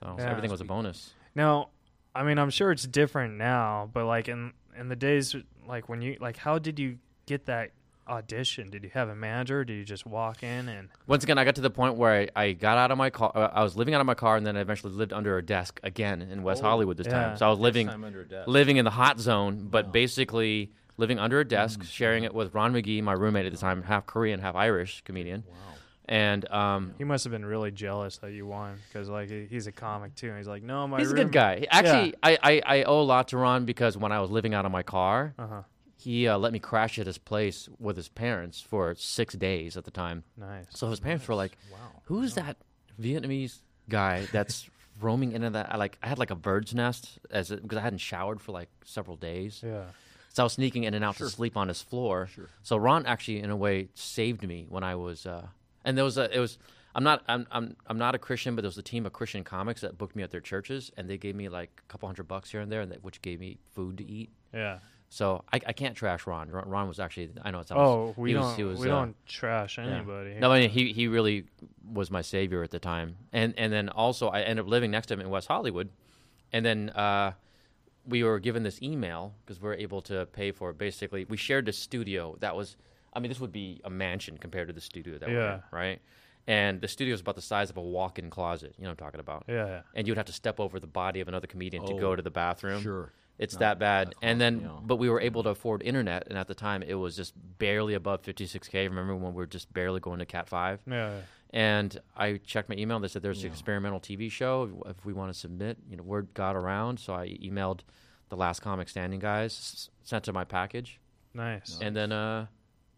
Speaker 4: So
Speaker 2: Yeah.
Speaker 4: everything was a bonus.
Speaker 2: Now, I mean, I'm sure it's different now, but like in in the days, like when you like, how did you get that audition? Did you have a manager? Did you just walk in and?
Speaker 4: Once again, I got to the point where I, I got out of my car. Uh, I was living out of my car, and then I eventually lived under a desk again in West Hollywood this
Speaker 2: Oh, yeah.
Speaker 4: time. So I was living
Speaker 3: time under a desk.
Speaker 4: living in the hot zone, but basically living under a desk,
Speaker 2: Mm.
Speaker 4: sharing it with Ron McGee, my roommate at the time, half Korean, half Irish comedian. Wow. And um,
Speaker 2: He must have been really jealous that you won because like he- he's a comic too, and he's like, no, my
Speaker 4: he's a
Speaker 2: room-
Speaker 4: good guy. Actually, I, I, I owe a lot to Ron because when I was living out of my car,
Speaker 2: Uh-huh.
Speaker 4: he uh, let me crash at his place with his parents for six days at the time.
Speaker 2: Nice.
Speaker 4: So his parents were like, "Who's that Vietnamese guy that's roaming into that. I like I had like a bird's nest as it, because I hadn't showered for like several days.
Speaker 2: Yeah.
Speaker 4: So I was sneaking in and out to sleep on his floor. So Ron actually, in a way, saved me when I was. Uh, and there was a, it was. I'm not I'm, I'm I'm not a Christian, but there was a team of Christian comics that booked me at their churches, and they gave me like a couple hundred bucks here and there, and that, which gave me food to eat.
Speaker 2: Yeah.
Speaker 4: So I, I can't trash Ron. Ron. Ron was actually I know it sounds.
Speaker 2: Oh, we
Speaker 4: he
Speaker 2: don't
Speaker 4: was, he was,
Speaker 2: we
Speaker 4: uh,
Speaker 2: don't trash
Speaker 4: yeah.
Speaker 2: anybody.
Speaker 4: No, I mean he he really was my savior at the time, and and then also I ended up living next to him in West Hollywood, and then uh, we were given this email because we were able to pay for it. Basically, we shared the studio that was. I mean, this would be a mansion compared to the studio that we're
Speaker 2: Yeah.
Speaker 4: in, right? And the studio is about the size of a walk-in closet. You know what I'm talking about?
Speaker 2: Yeah, yeah.
Speaker 4: And you'd have to step over the body of another comedian to go
Speaker 3: Oh,
Speaker 4: to the bathroom.
Speaker 3: sure.
Speaker 4: It's that bad. and then,
Speaker 3: yeah.
Speaker 4: but we were able to afford internet, and at the time, it was just barely above 56k. Remember when we were just barely going to Cat Five?
Speaker 2: Yeah. yeah.
Speaker 4: And I checked my email. They said there's an experimental TV show. If we want to submit, you know, word got around. So I emailed the last comic standing guys, s- sent to my package,
Speaker 2: Nice.
Speaker 4: and then uh,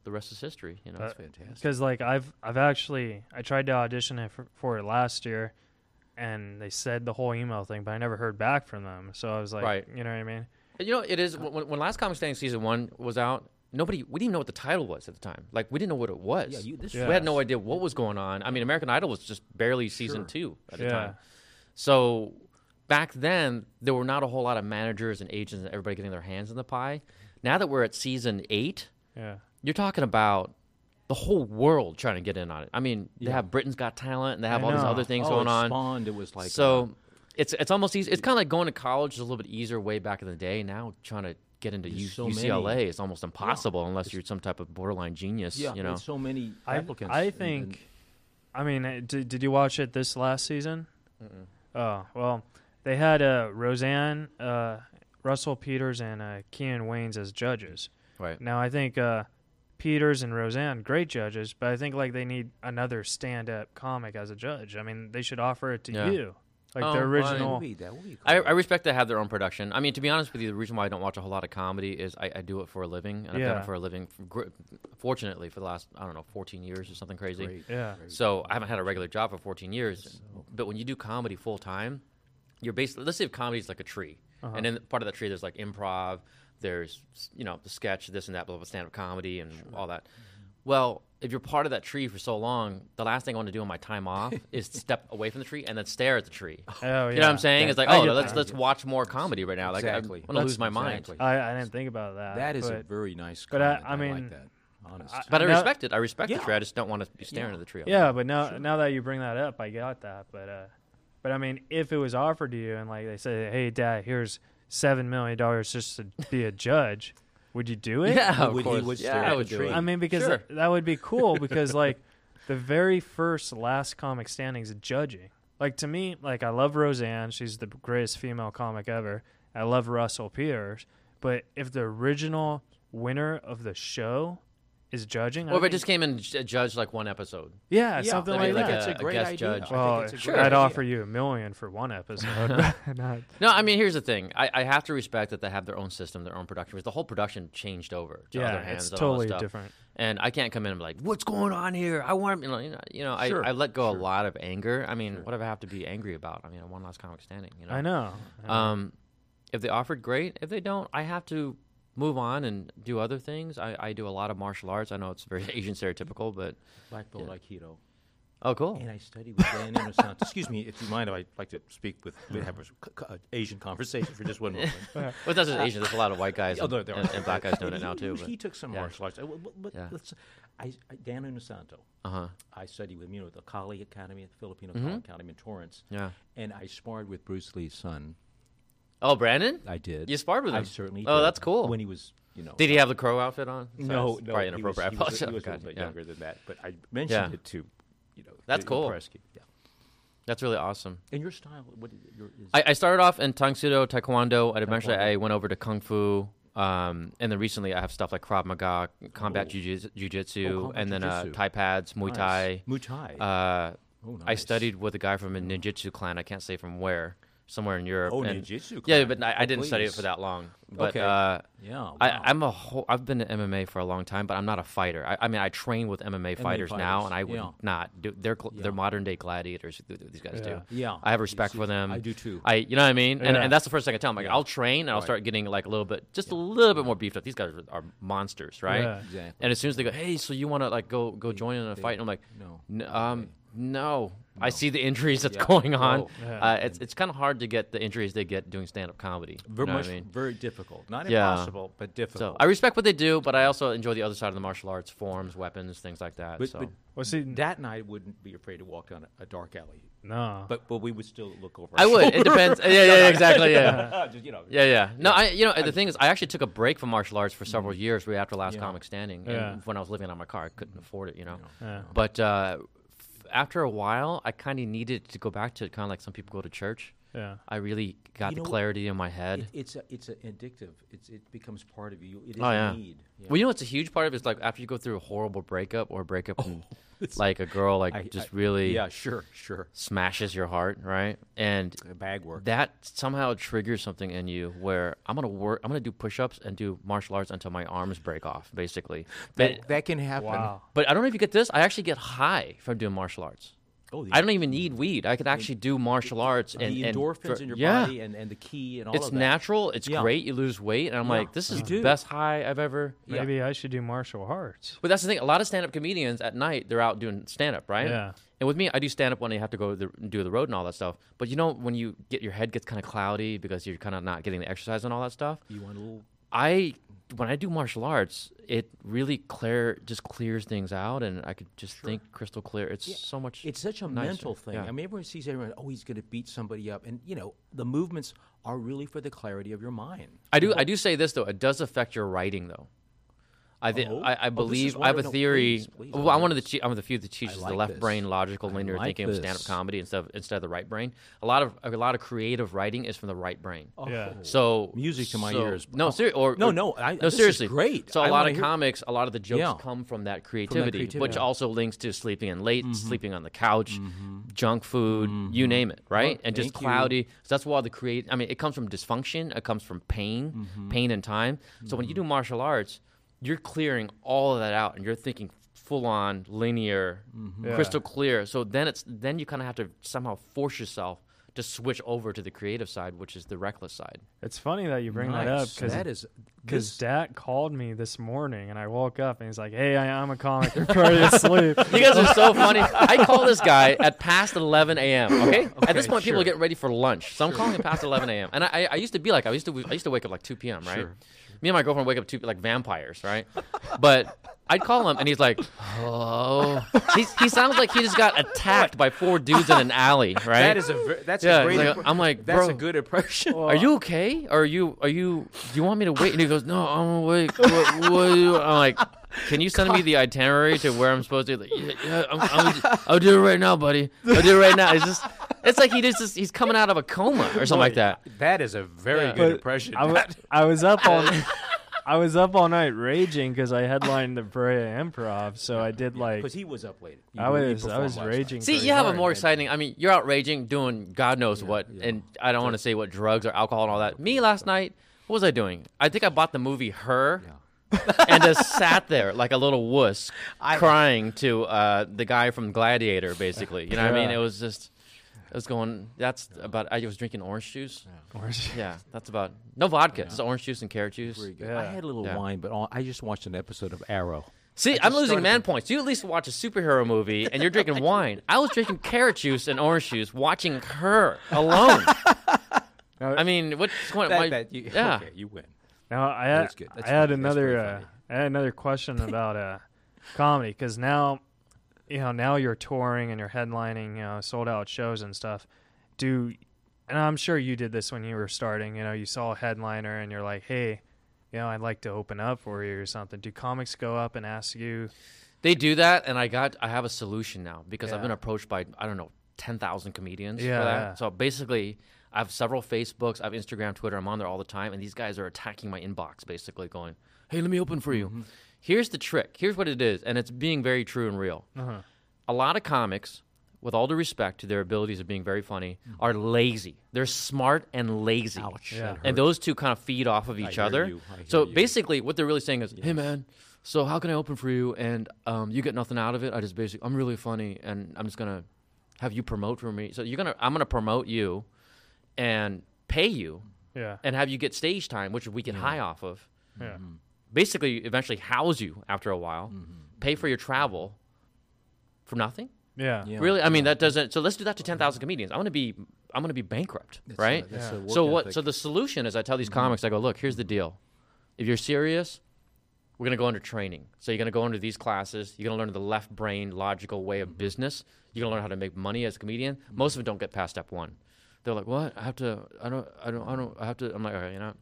Speaker 4: the rest is history. You know,
Speaker 2: That's
Speaker 3: Fantastic.
Speaker 2: Because like I've I've actually I tried to audition it for, for it last year, and they said the whole email thing, but I never heard back from them. So I was like,
Speaker 4: Right.
Speaker 2: you know what I mean?
Speaker 4: And You know, it is when, when Last Comic Standing season one was out. Nobody, we didn't even know what the title was at the time. Like we didn't know what it was.
Speaker 3: Yeah, you- this
Speaker 4: we had
Speaker 2: was-
Speaker 4: no idea what was going on. I mean, American Idol was just barely season two at the
Speaker 2: Yeah.
Speaker 4: time. So back then, there were not a whole lot of managers and agents and everybody getting their hands in the pie. Now that we're at season eight,
Speaker 2: Yeah.
Speaker 4: you're talking about the whole world trying to get in on it. I mean, they have Britain's Got Talent and they have
Speaker 2: I
Speaker 4: all these
Speaker 2: know.
Speaker 4: other things
Speaker 3: oh,
Speaker 4: going
Speaker 3: it
Speaker 4: on.
Speaker 3: Spawned. It was like uh,
Speaker 4: So it's it's almost easy. It's kind of like going to college. is a little bit easier way back in the day. Now trying to get into U-
Speaker 3: so
Speaker 4: UCLA
Speaker 3: many.
Speaker 4: is almost impossible unless you're some type of borderline genius.
Speaker 3: yeah,
Speaker 4: you know.
Speaker 3: there's so many
Speaker 2: I
Speaker 3: applicants.
Speaker 2: I
Speaker 3: and-
Speaker 2: think.
Speaker 3: and-
Speaker 2: I mean, uh, did did you watch it this last season? Oh well, they had uh, Roseanne, uh, Russell Peters, and uh, Keenan Waynes as judges.
Speaker 4: Right.
Speaker 2: Now I think uh, Peters and Roseanne great judges, but I think like they need another stand-up comic as a judge. I mean, they should offer it to
Speaker 4: Yeah.
Speaker 2: you, like
Speaker 4: Oh,
Speaker 2: the
Speaker 4: fine.
Speaker 2: original.
Speaker 3: Wait, that would be
Speaker 4: I,
Speaker 3: cool.
Speaker 4: I respect to have their own production. I mean, to be honest with you, the reason why I don't watch a whole lot of comedy is I, I do it for a living, and I've done
Speaker 2: Yeah.
Speaker 4: it for a living, for, gr- fortunately, for the last I don't know, 14 years or something crazy.
Speaker 3: Great.
Speaker 2: Yeah.
Speaker 4: So I haven't had a regular job for 14 years. But when you do comedy full time, you're basically let's say if comedy is like a tree, and then part of that tree there's like improv, there's you know the sketch, this and that, blah blah, stand up comedy and all that. Well, if you're part of that tree for so long, the last thing I want to do on my time off is step away from the tree and then stare at the tree.
Speaker 2: Oh,
Speaker 4: You know what
Speaker 2: yeah.
Speaker 4: I'm saying? It's like,
Speaker 2: I
Speaker 4: oh,
Speaker 2: get
Speaker 4: let's
Speaker 2: that.
Speaker 4: let's watch more comedy right now. Like,
Speaker 3: Exactly.
Speaker 4: I want to lose my
Speaker 3: Exactly.
Speaker 4: mind.
Speaker 2: I, I didn't think about that.
Speaker 3: That is a
Speaker 2: but-
Speaker 3: very nice.
Speaker 2: but I-
Speaker 3: comment.
Speaker 2: I mean,
Speaker 3: like that. Honest.
Speaker 4: But I
Speaker 2: Now-
Speaker 4: respect it. I respect the
Speaker 3: Yeah.
Speaker 4: tree. I just don't want to be staring at the tree. all the
Speaker 2: Yeah,
Speaker 4: time.
Speaker 2: but now now that you bring that up, I got that. But uh, but I mean, if it was offered to you and like they said, hey, Dad, here's seven million dollars just to be a judge, would you do it?
Speaker 4: yeah, of
Speaker 3: would- he
Speaker 4: course.
Speaker 3: would stare
Speaker 4: yeah,
Speaker 3: at
Speaker 4: I
Speaker 3: the
Speaker 4: would do
Speaker 3: tree.
Speaker 4: it.
Speaker 2: I mean, because
Speaker 4: Sure.
Speaker 2: th- that would be cool. Because like the very first last comic standings judging. Like to me, like I love Roseanne. She's the greatest female comic ever. I love Russell Peters. But if the original winner of the show is judging, I
Speaker 4: Or if it
Speaker 2: think-
Speaker 4: just came and j- uh, judged like one episode.
Speaker 2: yeah,
Speaker 3: Yeah,
Speaker 2: something
Speaker 4: I mean,
Speaker 2: like,
Speaker 4: like
Speaker 2: that.
Speaker 4: a-
Speaker 3: it's a great
Speaker 4: guest
Speaker 3: idea.
Speaker 4: judge.
Speaker 3: I think
Speaker 2: Well,
Speaker 3: it's a
Speaker 4: sure.
Speaker 3: great
Speaker 2: I'd
Speaker 3: idea.
Speaker 2: offer you a million for one episode. but not-
Speaker 4: No, I mean here's the thing. I, I have to respect that they have their own system, their own production. Because the whole production changed over to
Speaker 2: Yeah,
Speaker 4: other
Speaker 2: it's
Speaker 4: hands and all
Speaker 2: totally
Speaker 4: that stuff.
Speaker 2: different.
Speaker 4: And I can't come in and be like, "What's going on here? I want you know, you know, you know
Speaker 3: Sure,
Speaker 4: I, I let go a lot of anger. I mean, what do I have to be angry about? I mean, one last comic standing. You know,
Speaker 2: I know.
Speaker 4: Um, if they offered, great. If they don't, I have to move on and do other things. I, I do a lot of martial arts. I know it's very Asian stereotypical, but
Speaker 3: Black belt Aikido.
Speaker 4: oh, cool.
Speaker 3: And I study with Dan Innocent. Excuse me, if you mind, I'd like to speak with, we have a c- c- uh, Asian conversation for just one moment.
Speaker 4: Well, that's
Speaker 2: uh,
Speaker 4: just Asian. There's a lot of white guys
Speaker 3: Oh,
Speaker 4: and,
Speaker 3: there- there
Speaker 4: and-
Speaker 3: are.
Speaker 4: and black guys doing it now
Speaker 3: He-
Speaker 4: too.
Speaker 3: He,
Speaker 4: But.
Speaker 3: he took some
Speaker 4: yeah.
Speaker 3: martial arts. Uh, well, but
Speaker 4: Yeah.
Speaker 3: let's- I, I, Dan Inosanto.
Speaker 4: Uh-huh. Mm-hmm.
Speaker 3: I studied with him, you know, at the Kali Academy, the Filipino Kali Academy in Torrance.
Speaker 4: Yeah.
Speaker 3: And I sparred with Bruce Lee's son.
Speaker 4: Oh, Brandon,
Speaker 3: I did.
Speaker 4: You sparred with him.
Speaker 3: I certainly
Speaker 4: Oh,
Speaker 3: did.
Speaker 4: that's cool.
Speaker 3: When he was, you know.
Speaker 4: Did he have the crow outfit on? Sorry,
Speaker 3: No, no.
Speaker 4: it's
Speaker 3: he
Speaker 4: probably
Speaker 3: was-
Speaker 4: inappropriate.
Speaker 3: He
Speaker 4: I
Speaker 3: was, he
Speaker 4: apologize.
Speaker 3: was a
Speaker 4: God,
Speaker 3: little bit
Speaker 4: yeah.
Speaker 3: younger than that, but I mentioned
Speaker 4: Yeah.
Speaker 3: it to, you know.
Speaker 4: That's
Speaker 3: to
Speaker 4: cool.
Speaker 3: impress you. Yeah.
Speaker 4: That's really awesome.
Speaker 3: And your style, what is your, is
Speaker 4: I, I started off in Tang Sudo, Taekwondo, and eventually I went over to Kung Fu. Um, and then recently I have stuff like Krav Maga, combat
Speaker 3: Oh.
Speaker 4: jujitsu,
Speaker 3: Oh,
Speaker 4: jujitsu,
Speaker 3: combat
Speaker 4: and then uh,
Speaker 3: jujitsu.
Speaker 4: Thai pads, Muay
Speaker 3: nice.
Speaker 4: Thai.
Speaker 3: Muay Thai.
Speaker 4: Uh,
Speaker 3: oh, nice. Mm-hmm.
Speaker 4: I studied with a guy from a ninjutsu clan. I can't say from where. somewhere in Europe.
Speaker 3: Oh,
Speaker 4: and-
Speaker 3: ninjutsu
Speaker 4: Yeah,
Speaker 3: clan.
Speaker 4: but I, I
Speaker 3: Oh,
Speaker 4: didn't study it
Speaker 3: please.
Speaker 4: for that long. But
Speaker 3: Okay.
Speaker 4: uh,
Speaker 3: Yeah, wow.
Speaker 4: I, I'm a whole, I've been to MMA for a long time, but I'm not a fighter. I, I mean, I train with MMA, fighters, now,
Speaker 3: fighters,
Speaker 4: and I would
Speaker 3: yeah.
Speaker 4: not do. They're cl- they're modern day gladiators. th- th- These guys do.
Speaker 3: Yeah.
Speaker 4: I have
Speaker 3: You
Speaker 4: respect
Speaker 3: see-
Speaker 4: for them.
Speaker 3: I do too.
Speaker 4: I, you know what I mean? And,
Speaker 2: Yeah.
Speaker 4: and that's the first thing I tell them. Like, I'll train and I'll start getting like a little bit, just a little bit more beefed up. These guys are, are monsters, right?
Speaker 2: Yeah.
Speaker 3: Exactly.
Speaker 4: And as soon as they go, hey, so you want to like go go join in a fight? And I'm like,
Speaker 3: no,
Speaker 4: "N- um, no. I see the injuries that's going on.
Speaker 3: No.
Speaker 4: Uh, it's it's kind of hard to get the injuries they get doing stand up comedy. You
Speaker 3: very
Speaker 4: know what
Speaker 3: much,
Speaker 4: I mean?
Speaker 3: very difficult. Not
Speaker 4: Yeah.
Speaker 3: impossible, but difficult.
Speaker 4: So I respect what they do, but I also enjoy the other side of the martial arts forms, weapons, things like that.
Speaker 3: but,
Speaker 4: so
Speaker 3: but
Speaker 2: Well, see,
Speaker 3: that night wouldn't be afraid to walk down a, a dark alley,
Speaker 2: no.
Speaker 3: but but we would still look over.
Speaker 4: I
Speaker 3: our
Speaker 4: would. It depends. Yeah, yeah, yeah, exactly. Yeah.
Speaker 3: shoulder. Just, you know,
Speaker 4: Yeah, yeah. No, I. You know, the thing is, I actually took a break from martial arts for several
Speaker 3: Mm.
Speaker 4: years right after Last Comic Standing,
Speaker 2: Yeah.
Speaker 4: and when I was living out of my car, I couldn't afford it. You know.
Speaker 2: Yeah.
Speaker 4: But uh, f- after a while, I kind of needed to go back to it, kind of like some people go to church.
Speaker 2: yeah.
Speaker 4: I really got
Speaker 3: You
Speaker 4: the
Speaker 3: know,
Speaker 4: clarity in my head.
Speaker 3: It, it's a, it's a addictive. It's it becomes part of you. It is
Speaker 4: Oh, yeah.
Speaker 3: a need. Yeah.
Speaker 4: Well, you know what's a huge part of it is like after you go through a horrible breakup or a breakup, and, like a girl like
Speaker 3: Oh, I-
Speaker 4: just
Speaker 3: I-
Speaker 4: really
Speaker 3: Yeah, sure, sure.
Speaker 4: smashes your heart, right? And
Speaker 3: The bag work.
Speaker 4: that somehow triggers something in you where I'm gonna work. I'm gonna do push-ups and do martial arts until my arms break off, basically. But
Speaker 3: That, that can happen.
Speaker 2: Wow.
Speaker 4: but I don't know if you get this. I actually get high from doing martial arts.
Speaker 3: Oh, the,
Speaker 4: I don't even need weed. I can actually do martial arts and
Speaker 3: the
Speaker 4: and
Speaker 3: endorphins
Speaker 4: dr-
Speaker 3: in your
Speaker 4: yeah.
Speaker 3: body and, and the key and all
Speaker 4: It's
Speaker 3: of that.
Speaker 4: natural. It's
Speaker 3: Yeah.
Speaker 4: great. You lose weight, and I'm like, this is
Speaker 3: you
Speaker 4: the
Speaker 3: do.
Speaker 4: best high I've ever.
Speaker 3: Yeah.
Speaker 2: Maybe I should do martial arts.
Speaker 4: But that's the thing. A lot of stand-up comedians at night they're out doing stand-up, right?
Speaker 2: Yeah.
Speaker 4: And with me, I do stand-up when I have to go the, do the road and all that stuff. But you know, when you get your head gets kind of cloudy because you're kind of not getting the exercise and all that stuff.
Speaker 3: You want a little.
Speaker 4: I when I do martial arts, it really clear just clears things out, and I could just think crystal clear. It's so much.
Speaker 3: It's such a
Speaker 4: nicer.
Speaker 3: mental thing.
Speaker 4: Yeah.
Speaker 3: I mean, everyone sees everyone. Oh, he's going to beat somebody up, and you know the movements are really for the clarity of your mind.
Speaker 4: I do. I do say this though. It does affect your writing though. I think
Speaker 3: Oh.
Speaker 4: I, I
Speaker 3: Oh, this is
Speaker 4: believe I have a
Speaker 3: wonderful.
Speaker 4: theory.
Speaker 3: Please, please,
Speaker 4: well,
Speaker 3: I
Speaker 4: I'm one of the
Speaker 3: like
Speaker 4: che- I'm one of the few that teaches the
Speaker 3: like
Speaker 4: left
Speaker 3: this.
Speaker 4: brain logical linear
Speaker 3: like
Speaker 4: thinking of stand-up
Speaker 3: this.
Speaker 4: comedy instead of, instead of the right brain. A lot of a lot of creative writing is from the right
Speaker 3: Oh,
Speaker 4: brain.
Speaker 2: Yeah.
Speaker 4: So
Speaker 3: Music to my
Speaker 4: so-
Speaker 3: ears.
Speaker 4: No,
Speaker 3: Oh.
Speaker 4: seriously. Or
Speaker 3: No,
Speaker 4: or-
Speaker 3: no, I-
Speaker 4: no,
Speaker 3: this is
Speaker 4: seriously.
Speaker 3: great.
Speaker 4: So a
Speaker 3: I
Speaker 4: lot
Speaker 3: wanna
Speaker 4: of
Speaker 3: hear-
Speaker 4: comics, a lot of the jokes
Speaker 3: Yeah.
Speaker 4: come from that creativity, which
Speaker 3: creativity. Mm-hmm.
Speaker 4: also links to sleeping in late, sleeping on the couch, junk food, you name it, right? and just
Speaker 3: thank you.
Speaker 4: cloudy. So that's why the create. I mean, it comes from dysfunction. It comes from pain,
Speaker 3: Mm-hmm.
Speaker 4: pain and time. So when you do martial arts, you're clearing all of that out, and you're thinking full on linear,
Speaker 3: Mm-hmm.
Speaker 2: Yeah.
Speaker 4: crystal clear. So then it's then you kind of have to somehow force yourself. To switch over to the creative side, which is the reckless side.
Speaker 2: It's funny that you bring that up
Speaker 3: Nice.
Speaker 2: because
Speaker 3: that is
Speaker 2: Because
Speaker 3: this-
Speaker 2: Dak called me this morning, and I woke up, and he's like, "Hey, I, I'm a comic. You're probably asleep."
Speaker 4: You guys are so funny. I call this guy at past 11 a.m. Okay? at this point, people
Speaker 3: sure.
Speaker 4: are getting ready for lunch, so I'm calling him past 11 a.m. And I, I, I used to be like, I used to, I used to wake up like 2 p.m. Right? Me and my girlfriend wake up two, like vampires, right? But I'd call him, and he's like, "Oh, he's, he sounds like he just got attacked by four dudes in an alley, right?"
Speaker 3: that is a ver- that's
Speaker 4: Yeah,
Speaker 3: a great.
Speaker 4: like,
Speaker 3: impre-
Speaker 4: I'm like,
Speaker 3: that's
Speaker 4: bro.
Speaker 3: a good impression.
Speaker 4: Are you okay? Are you are you? Do you want me to wait? And he goes, No, I'm awake. What, what do you-" I'm like, Can you send me the itinerary to where I'm supposed to? Like, yeah, yeah, I'm, I'm, I'll do it right now, buddy. I'll do it right now. It's just, it's like he just he's coming out of a coma or something like that.
Speaker 3: that is a very
Speaker 4: Yeah.
Speaker 3: good
Speaker 2: But
Speaker 3: impression.
Speaker 2: I, w- I was up all, I was up all night raging because I headlined the Brea Improv, so I did like
Speaker 3: because he was up late. You
Speaker 2: I
Speaker 3: know, he
Speaker 2: was I
Speaker 3: performed
Speaker 2: was
Speaker 3: last night.
Speaker 2: raging.
Speaker 4: See,
Speaker 2: pretty
Speaker 4: you have a
Speaker 2: hard.
Speaker 4: more exciting. I mean, you're out raging, doing God knows what, and I don't want to say what drugs or alcohol and all that. Me last night, what was I doing? I think I bought the movie Her. and just sat there like a little wuss, crying to uh, the guy from Gladiator. Basically, you know what I mean?
Speaker 2: Yeah.
Speaker 4: It was just, it was going. That's about. I was drinking orange juice. Yeah, that's about. No vodka. Just orange juice and carrot juice.
Speaker 3: Very good. I
Speaker 2: Yeah.
Speaker 3: had a little
Speaker 4: Yeah.
Speaker 3: wine, but all, I just watched an episode of Arrow.
Speaker 4: See, I'm losing
Speaker 3: started
Speaker 4: man points. You at least watch a superhero movie and you're drinking wine. I was drinking carrot juice and orange juice, watching her alone. I mean, what's going
Speaker 3: That,
Speaker 4: my-
Speaker 3: that you,
Speaker 4: Yeah.
Speaker 3: okay, you win.
Speaker 2: Now I had,
Speaker 3: That's good.
Speaker 2: I
Speaker 3: That's
Speaker 2: had
Speaker 3: funny. That's
Speaker 2: another
Speaker 3: pretty
Speaker 2: uh,
Speaker 3: funny.
Speaker 2: I had another question about uh, comedy because now you know now you're touring and you're headlining you know sold out shows and stuff. Do and I'm sure you did this when you were starting. You know you saw a headliner and you're like, hey, you know I'd like to open up for you or something. Do comics go up and ask you?
Speaker 4: They do that, and I got I have a solution now because I've been
Speaker 2: Yeah.
Speaker 4: approached by I don't know ten thousand comedians for
Speaker 2: Yeah,
Speaker 4: that.
Speaker 2: yeah.
Speaker 4: So basically, I have several Facebooks, I have Instagram, Twitter. I'm on there all the time, and these guys are attacking my inbox, basically going, "Hey, let me open for you."
Speaker 3: Mm-hmm. Uh-huh.
Speaker 4: Here's the trick. Here's what it is, and it's being very true and real. A lot of comics with all due respect to their abilities of being very funny, are lazy. They're smart and lazy.
Speaker 3: Mm. Ouch,
Speaker 2: Yeah.
Speaker 3: that
Speaker 4: And those two kind of feed off of each
Speaker 3: hear
Speaker 4: other.
Speaker 3: you, I hear
Speaker 4: So
Speaker 3: you.
Speaker 4: basically, what they're really saying is, "Hey, man, so how can I open for you? And um, you get nothing out of it. I just basically, I'm really funny, and I'm just gonna have you promote for me. So you're gonna, I'm gonna promote you, and pay you,
Speaker 2: Yeah.
Speaker 4: and have you get stage time, which we get high off of.
Speaker 2: Yeah.
Speaker 4: Mm-hmm. Basically, eventually house you after a while,
Speaker 3: Mm-hmm.
Speaker 4: pay for your travel for nothing.
Speaker 2: Yeah.
Speaker 3: Yeah.
Speaker 4: Really, I mean that doesn't. So let's do that to ten thousand comedians. I'm gonna be, I'm gonna be bankrupt,
Speaker 3: That's a-
Speaker 4: right?
Speaker 3: that's a work
Speaker 4: So what?
Speaker 3: ethic. Mm-hmm.
Speaker 4: So the solution is, I tell these comics, I go, look, here's the deal. If you're serious, we're gonna go under training. So you're gonna go into these classes. You're gonna learn the left brain, logical way
Speaker 3: Mm-hmm.
Speaker 4: of business. You're gonna learn how to make money as a comedian. Most of them don't get past step one. They're like, what? I have to. I don't. I don't. I don't. I have to. I'm like, all right, you know,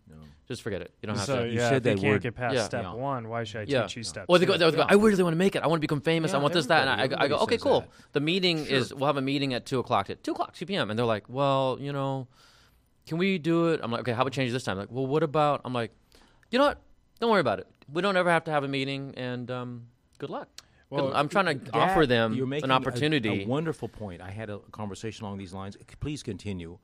Speaker 4: just forget it. You don't have
Speaker 2: So
Speaker 4: to.
Speaker 3: You
Speaker 2: yeah,
Speaker 3: said
Speaker 2: if you
Speaker 3: that
Speaker 2: can't
Speaker 3: word.
Speaker 2: get past
Speaker 4: Yeah.
Speaker 2: step
Speaker 3: Yeah.
Speaker 2: one, why should I
Speaker 4: Yeah.
Speaker 2: teach you step?
Speaker 4: Or they go,
Speaker 2: two?
Speaker 4: they go, I really want to make it. I want to become famous. I
Speaker 3: Yeah,
Speaker 4: want this, that. And I, I
Speaker 3: everybody-
Speaker 4: go,
Speaker 3: everybody
Speaker 4: okay,
Speaker 3: says
Speaker 4: cool.
Speaker 3: that.
Speaker 4: The meeting is, we'll have a meeting at 2 o'clock, at 2 o'clock, 2 p.m. And they're like, well, you know, can we do it? I'm like, okay, how about change this time? Like, well, what about, I'm like, you know what? Don't worry about it. We don't ever have to have a meeting, and um, good luck. Good-
Speaker 2: Well,
Speaker 4: I'm trying to
Speaker 3: That-
Speaker 4: offer them
Speaker 3: you're making
Speaker 4: an
Speaker 3: a-
Speaker 4: opportunity.
Speaker 3: A, wonderful point. I had a conversation along these lines. C- Please continue.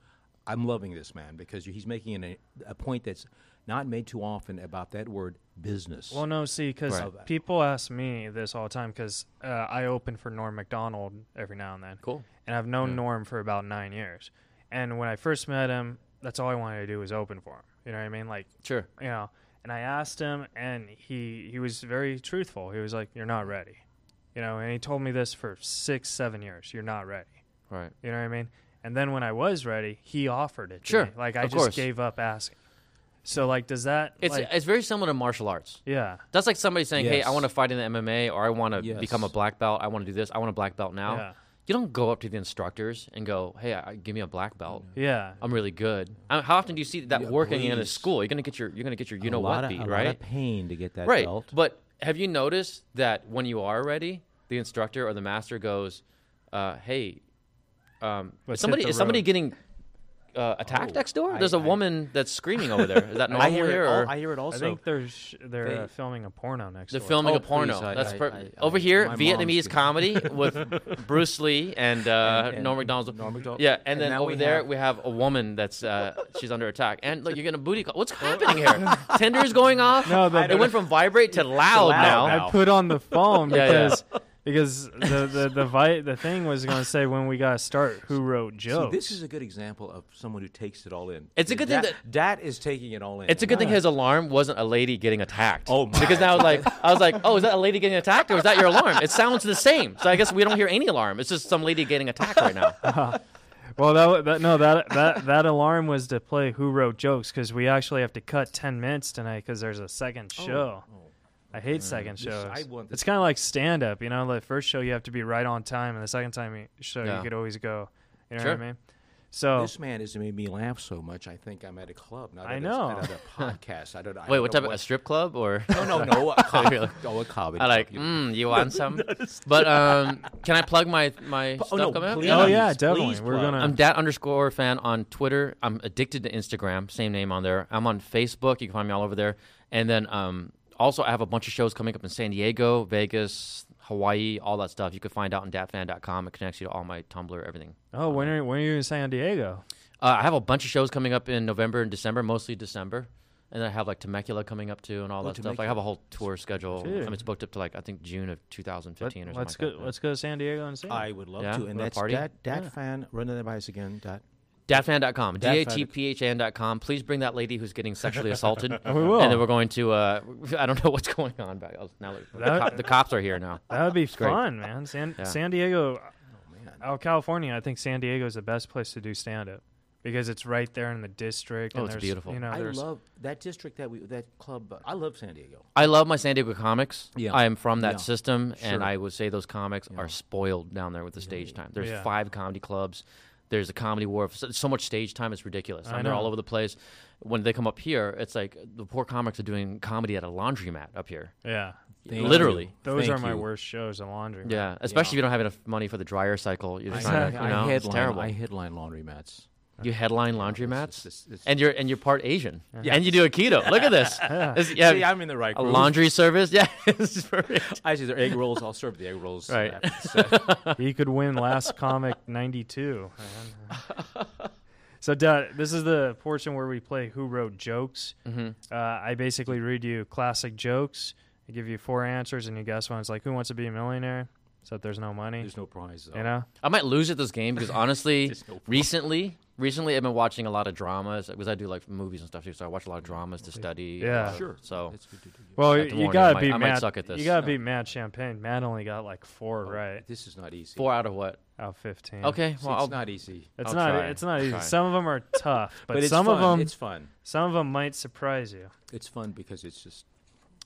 Speaker 3: I'm loving this man because he's making an, a point that's not made too often about that word business.
Speaker 2: Well, no, see, because
Speaker 3: Right.
Speaker 2: people ask me this all the time because uh, I open for Norm McDonald every now and then.
Speaker 4: Cool.
Speaker 2: And I've known Norm for about nine years. And when I first met him, that's all I wanted to do was open for him. You know what I mean? Like,
Speaker 4: sure.
Speaker 2: you know, and I asked him, and he he was very truthful. He was like, "You're not ready," you know, and he told me this for six, seven years. You're not ready.
Speaker 4: All right.
Speaker 2: You know what I mean? And then when I was ready, he offered it. to
Speaker 4: Sure.
Speaker 2: me. Like I
Speaker 4: Of
Speaker 2: just
Speaker 4: course.
Speaker 2: gave up asking. So like, does that?
Speaker 4: It's,
Speaker 2: like-
Speaker 4: it's very similar to martial arts.
Speaker 2: yeah,
Speaker 4: That's like somebody saying, "Hey, I
Speaker 3: Yes.
Speaker 4: want to fight in the MMA, or I want to
Speaker 3: Yes.
Speaker 4: become a black belt. I want to do this. I want a black belt now."
Speaker 2: Yeah.
Speaker 4: You don't go up to the instructors and go, "Hey, I, give me a black belt.
Speaker 2: yeah,
Speaker 4: I'm really good." I how often do you see that working in a
Speaker 3: please.
Speaker 4: school? You're gonna get your you're gonna get your you
Speaker 3: a
Speaker 4: know
Speaker 3: lot
Speaker 4: what
Speaker 3: of,
Speaker 4: beat,
Speaker 3: a
Speaker 4: right?
Speaker 3: lot of pain to get that
Speaker 4: right.
Speaker 3: belt.
Speaker 4: But have you noticed that when you are ready, the instructor or the master goes, uh, "Hey, um,
Speaker 2: Let's
Speaker 4: is somebody
Speaker 2: hit the
Speaker 4: is somebody
Speaker 2: road."
Speaker 4: getting uh, attacked
Speaker 3: Oh,
Speaker 4: next door?
Speaker 3: I-
Speaker 4: There's a
Speaker 3: I-
Speaker 4: woman that's screaming over there. Is that normal
Speaker 3: I hear,
Speaker 4: here?
Speaker 3: it, al-
Speaker 4: or-
Speaker 3: I hear it also.
Speaker 2: I think they're sh- they're
Speaker 3: they-
Speaker 2: uh, filming a porno next.
Speaker 4: They're
Speaker 2: door.
Speaker 4: filming
Speaker 3: Oh,
Speaker 4: a porno.
Speaker 3: please, I-
Speaker 4: That's
Speaker 3: I-
Speaker 4: per-
Speaker 3: I-
Speaker 4: over
Speaker 3: I-
Speaker 4: here
Speaker 3: my
Speaker 4: Vietnamese
Speaker 3: mom's-
Speaker 4: comedy with Bruce Lee and, uh,
Speaker 3: And- and
Speaker 4: Norm Macdonald.
Speaker 3: Norm Macdonald.
Speaker 4: Yeah, and,
Speaker 3: And
Speaker 4: then
Speaker 3: now
Speaker 4: over
Speaker 3: we
Speaker 4: there
Speaker 3: have-
Speaker 4: we have a woman that's uh, she's under attack. And look, you're getting a booty call. What's happening here? Tinder's going off.
Speaker 2: No, the-
Speaker 4: it went from vibrate to loud,
Speaker 3: loud
Speaker 4: now.
Speaker 3: now.
Speaker 2: I put on the phone
Speaker 4: Yeah, yeah.
Speaker 2: because because the the the, vi- the thing was going to say when we got to start who wrote
Speaker 3: See,
Speaker 2: jokes.
Speaker 3: this is a good example of someone who takes it all in.
Speaker 4: It's a good thing
Speaker 3: that is taking it all in.
Speaker 4: It's a good thing
Speaker 3: And
Speaker 4: his alarm wasn't a lady getting attacked.
Speaker 3: Oh, my.
Speaker 4: Because now I was like, I was like, oh, is that a lady getting attacked or is that your alarm? It sounds the same. So I guess we don't hear any alarm. It's just some lady getting attacked right now.
Speaker 2: well, that, wa- that no that that that alarm was to play who wrote jokes because we actually have to cut ten minutes tonight because there's a second show. I hate second shows.
Speaker 3: I want
Speaker 2: it's
Speaker 3: this-
Speaker 2: kind of like stand up, you know. The first show you have to be right on time, and the second time you show
Speaker 4: Yeah.
Speaker 2: you could always go. You know what
Speaker 4: Sure.
Speaker 2: I mean? So
Speaker 4: Oh.
Speaker 3: This man has made me laugh so much. I think I'm at a club. Not
Speaker 2: I
Speaker 3: at
Speaker 2: know.
Speaker 3: A, not at a podcast. I don't. I
Speaker 4: Wait,
Speaker 3: don't
Speaker 4: what
Speaker 3: know
Speaker 4: type of a strip club or?
Speaker 3: No, no, no. A comedy. oh, a comedy.
Speaker 4: I like,
Speaker 3: club, you know.
Speaker 4: mm, you want some? but um, can I plug my my
Speaker 3: Oh,
Speaker 4: stuff
Speaker 3: no,
Speaker 4: coming up?
Speaker 3: please,
Speaker 2: Oh, yeah,
Speaker 3: please
Speaker 2: definitely. We're
Speaker 3: plug.
Speaker 2: gonna-
Speaker 4: I'm dat underscore fan on Twitter. I'm addicted to Instagram, same name on there. I'm on Facebook. You can find me all over there. And then um, also, I have a bunch of shows coming up in San Diego, Vegas, Hawaii, all that stuff. You can find out on datfan.com. It connects you to all my Tumblr, everything.
Speaker 2: oh, when are when are you in San Diego?
Speaker 4: Uh, I have a bunch of shows coming up in November and December, mostly December. And then I have like Temecula coming up too, and
Speaker 3: Oh,
Speaker 4: all that stuff. Like, I have a whole tour schedule. I mean, it's booked up to like I think June of 2015 or something.
Speaker 2: Let's
Speaker 4: like
Speaker 2: go.
Speaker 4: that.
Speaker 2: Let's go to San Diego and see.
Speaker 3: I would love
Speaker 4: Yeah,
Speaker 3: to. And
Speaker 4: wanna
Speaker 3: that's
Speaker 4: party?
Speaker 3: dat, dat fan. Run that by us again. Dot.
Speaker 4: Datfan.com. D A T P H N dot com. Please bring that lady who's getting sexually assaulted. we
Speaker 2: will.
Speaker 4: And then we're going to, uh, I don't know what's going on. Back. Now look, the,
Speaker 2: That-
Speaker 4: cop, the cops are here now.
Speaker 2: That would be
Speaker 4: great. Oh,
Speaker 2: fun, man. San San Diego, out of California. I think San Diego is the best place to do stand up because it's right there in the district.
Speaker 4: Oh,
Speaker 2: and
Speaker 4: it's
Speaker 2: there's,
Speaker 4: beautiful.
Speaker 2: You know,
Speaker 3: I
Speaker 2: there's-
Speaker 3: love that district that we that club. uh, I love San Diego.
Speaker 4: I love my San Diego comics.
Speaker 3: Yeah.
Speaker 4: I am from that
Speaker 3: Yeah.
Speaker 4: system, and
Speaker 3: Sure.
Speaker 4: I would say those comics are spoiled down there with the stage time. There's
Speaker 2: Yeah.
Speaker 4: five comedy clubs. There's a comedy wharf. So, so much stage time, it's ridiculous. I
Speaker 2: I
Speaker 4: mean, they're all
Speaker 2: know.
Speaker 4: over the place. When they come up here, it's like the poor comics are doing comedy at a laundromat up here.
Speaker 2: yeah.
Speaker 3: Thank
Speaker 4: Literally.
Speaker 3: you.
Speaker 2: Those are
Speaker 3: Thank
Speaker 2: my
Speaker 3: you.
Speaker 2: worst shows. The laundry.
Speaker 4: Yeah, especially if you don't have enough money for the dryer cycle. You're just
Speaker 3: I,
Speaker 4: trying to, you
Speaker 3: I
Speaker 4: know, it's
Speaker 3: headline.
Speaker 4: terrible.
Speaker 3: I headline laundromats.
Speaker 4: You headline laundromats,
Speaker 3: it's- it's-
Speaker 4: and you're and you're part Asian, and you do a keto. Look at this. This- you have
Speaker 3: See, I'm in the right
Speaker 4: a
Speaker 3: group.
Speaker 4: laundry service. Yeah, this is perfect.
Speaker 3: I see their egg rolls. I'll serve the egg rolls.
Speaker 4: Right.
Speaker 3: after the set.
Speaker 2: he could win last comic 92 man. so Dad, this is the portion where we play who wrote jokes
Speaker 4: Mm-hmm.
Speaker 2: uh, i basically read you classic jokes i give you four answers and you guess one it's like who wants to be a millionaire except there's no money
Speaker 3: There's no prize. though.
Speaker 2: you know
Speaker 4: I might lose at this game because honestly,
Speaker 3: Just no point.
Speaker 4: recently, recently I've been watching a lot of dramas because I do like movies and stuff too. So I watch a lot of dramas to study. a
Speaker 2: Yeah.
Speaker 4: lot of-
Speaker 3: Sure.
Speaker 4: So
Speaker 3: That's good to do. yeah.
Speaker 2: well
Speaker 4: have to warn
Speaker 2: you
Speaker 4: you,
Speaker 2: gotta
Speaker 4: I might-
Speaker 2: beat
Speaker 4: I might
Speaker 2: matt
Speaker 4: suck at this.
Speaker 2: you gotta
Speaker 3: No.
Speaker 2: beat matt champagne matt only got like four right
Speaker 3: This is not easy.
Speaker 4: four out of what?
Speaker 2: out of 15
Speaker 4: Okay.
Speaker 3: See,
Speaker 4: Well, I'll,
Speaker 3: it's not easy.
Speaker 2: it's
Speaker 4: I'll
Speaker 2: not
Speaker 4: try.
Speaker 2: it's not
Speaker 4: I'll
Speaker 2: easy
Speaker 4: try.
Speaker 2: some of them are tough but,
Speaker 3: it's
Speaker 2: some
Speaker 3: fun.
Speaker 2: of them
Speaker 3: It's fun.
Speaker 2: some of them might surprise you
Speaker 3: It's fun because it's just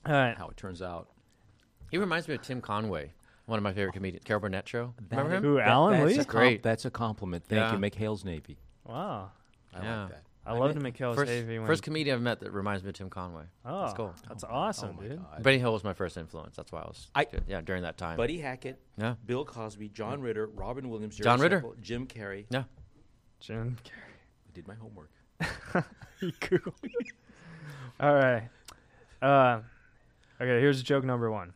Speaker 2: all right
Speaker 3: how it turns out.
Speaker 4: he reminds me of Tim Conway, one of my favorite comedians. Carol Burnett show. Remember him?
Speaker 2: Who, Alan
Speaker 3: that's
Speaker 2: Lee?
Speaker 3: A
Speaker 4: Great.
Speaker 3: Great. That's a compliment. Thank you,
Speaker 4: Yeah.
Speaker 3: McHale's Navy.
Speaker 2: wow
Speaker 3: I
Speaker 4: Yeah.
Speaker 3: like that.
Speaker 2: I loved McHale's
Speaker 4: First,
Speaker 2: Navy when
Speaker 4: first comedian I've met that reminds me of Tim Conway.
Speaker 2: Oh,
Speaker 4: That's cool.
Speaker 2: That's awesome,
Speaker 4: Oh
Speaker 3: my
Speaker 2: dude.
Speaker 3: God.
Speaker 4: Benny Hill was my first influence. That's why I was.
Speaker 3: I-
Speaker 4: yeah, during that time.
Speaker 3: Buddy Hackett,
Speaker 4: Yeah.
Speaker 3: Bill Cosby, John Ritter, Robin Williams, Jerry
Speaker 4: John Ritter.
Speaker 3: Seinfeld, Jim Carrey.
Speaker 4: yeah.
Speaker 2: Jim
Speaker 3: I did my homework.
Speaker 2: Carrey. Cool. All right. Uh, okay, here's joke number one.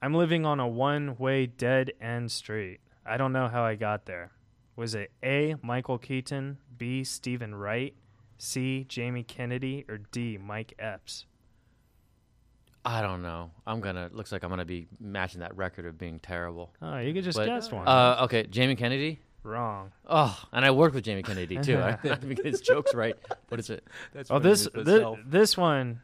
Speaker 2: I'm living on a one-way dead end street. I don't know how I got there. Was it A. Michael Keaton, B. Stephen Wright, C. Jamie Kennedy, or D. Mike Epps?
Speaker 4: I don't know. I'm gonna. Looks like I'm gonna be matching that record of being terrible.
Speaker 2: Oh, you could just
Speaker 4: But-
Speaker 2: guess one.
Speaker 4: Uh, okay, Jamie Kennedy.
Speaker 2: Wrong.
Speaker 4: Oh, and I worked with Jamie Kennedy too. I think his joke's right. What is it?
Speaker 3: That's
Speaker 2: Oh, this this, this one.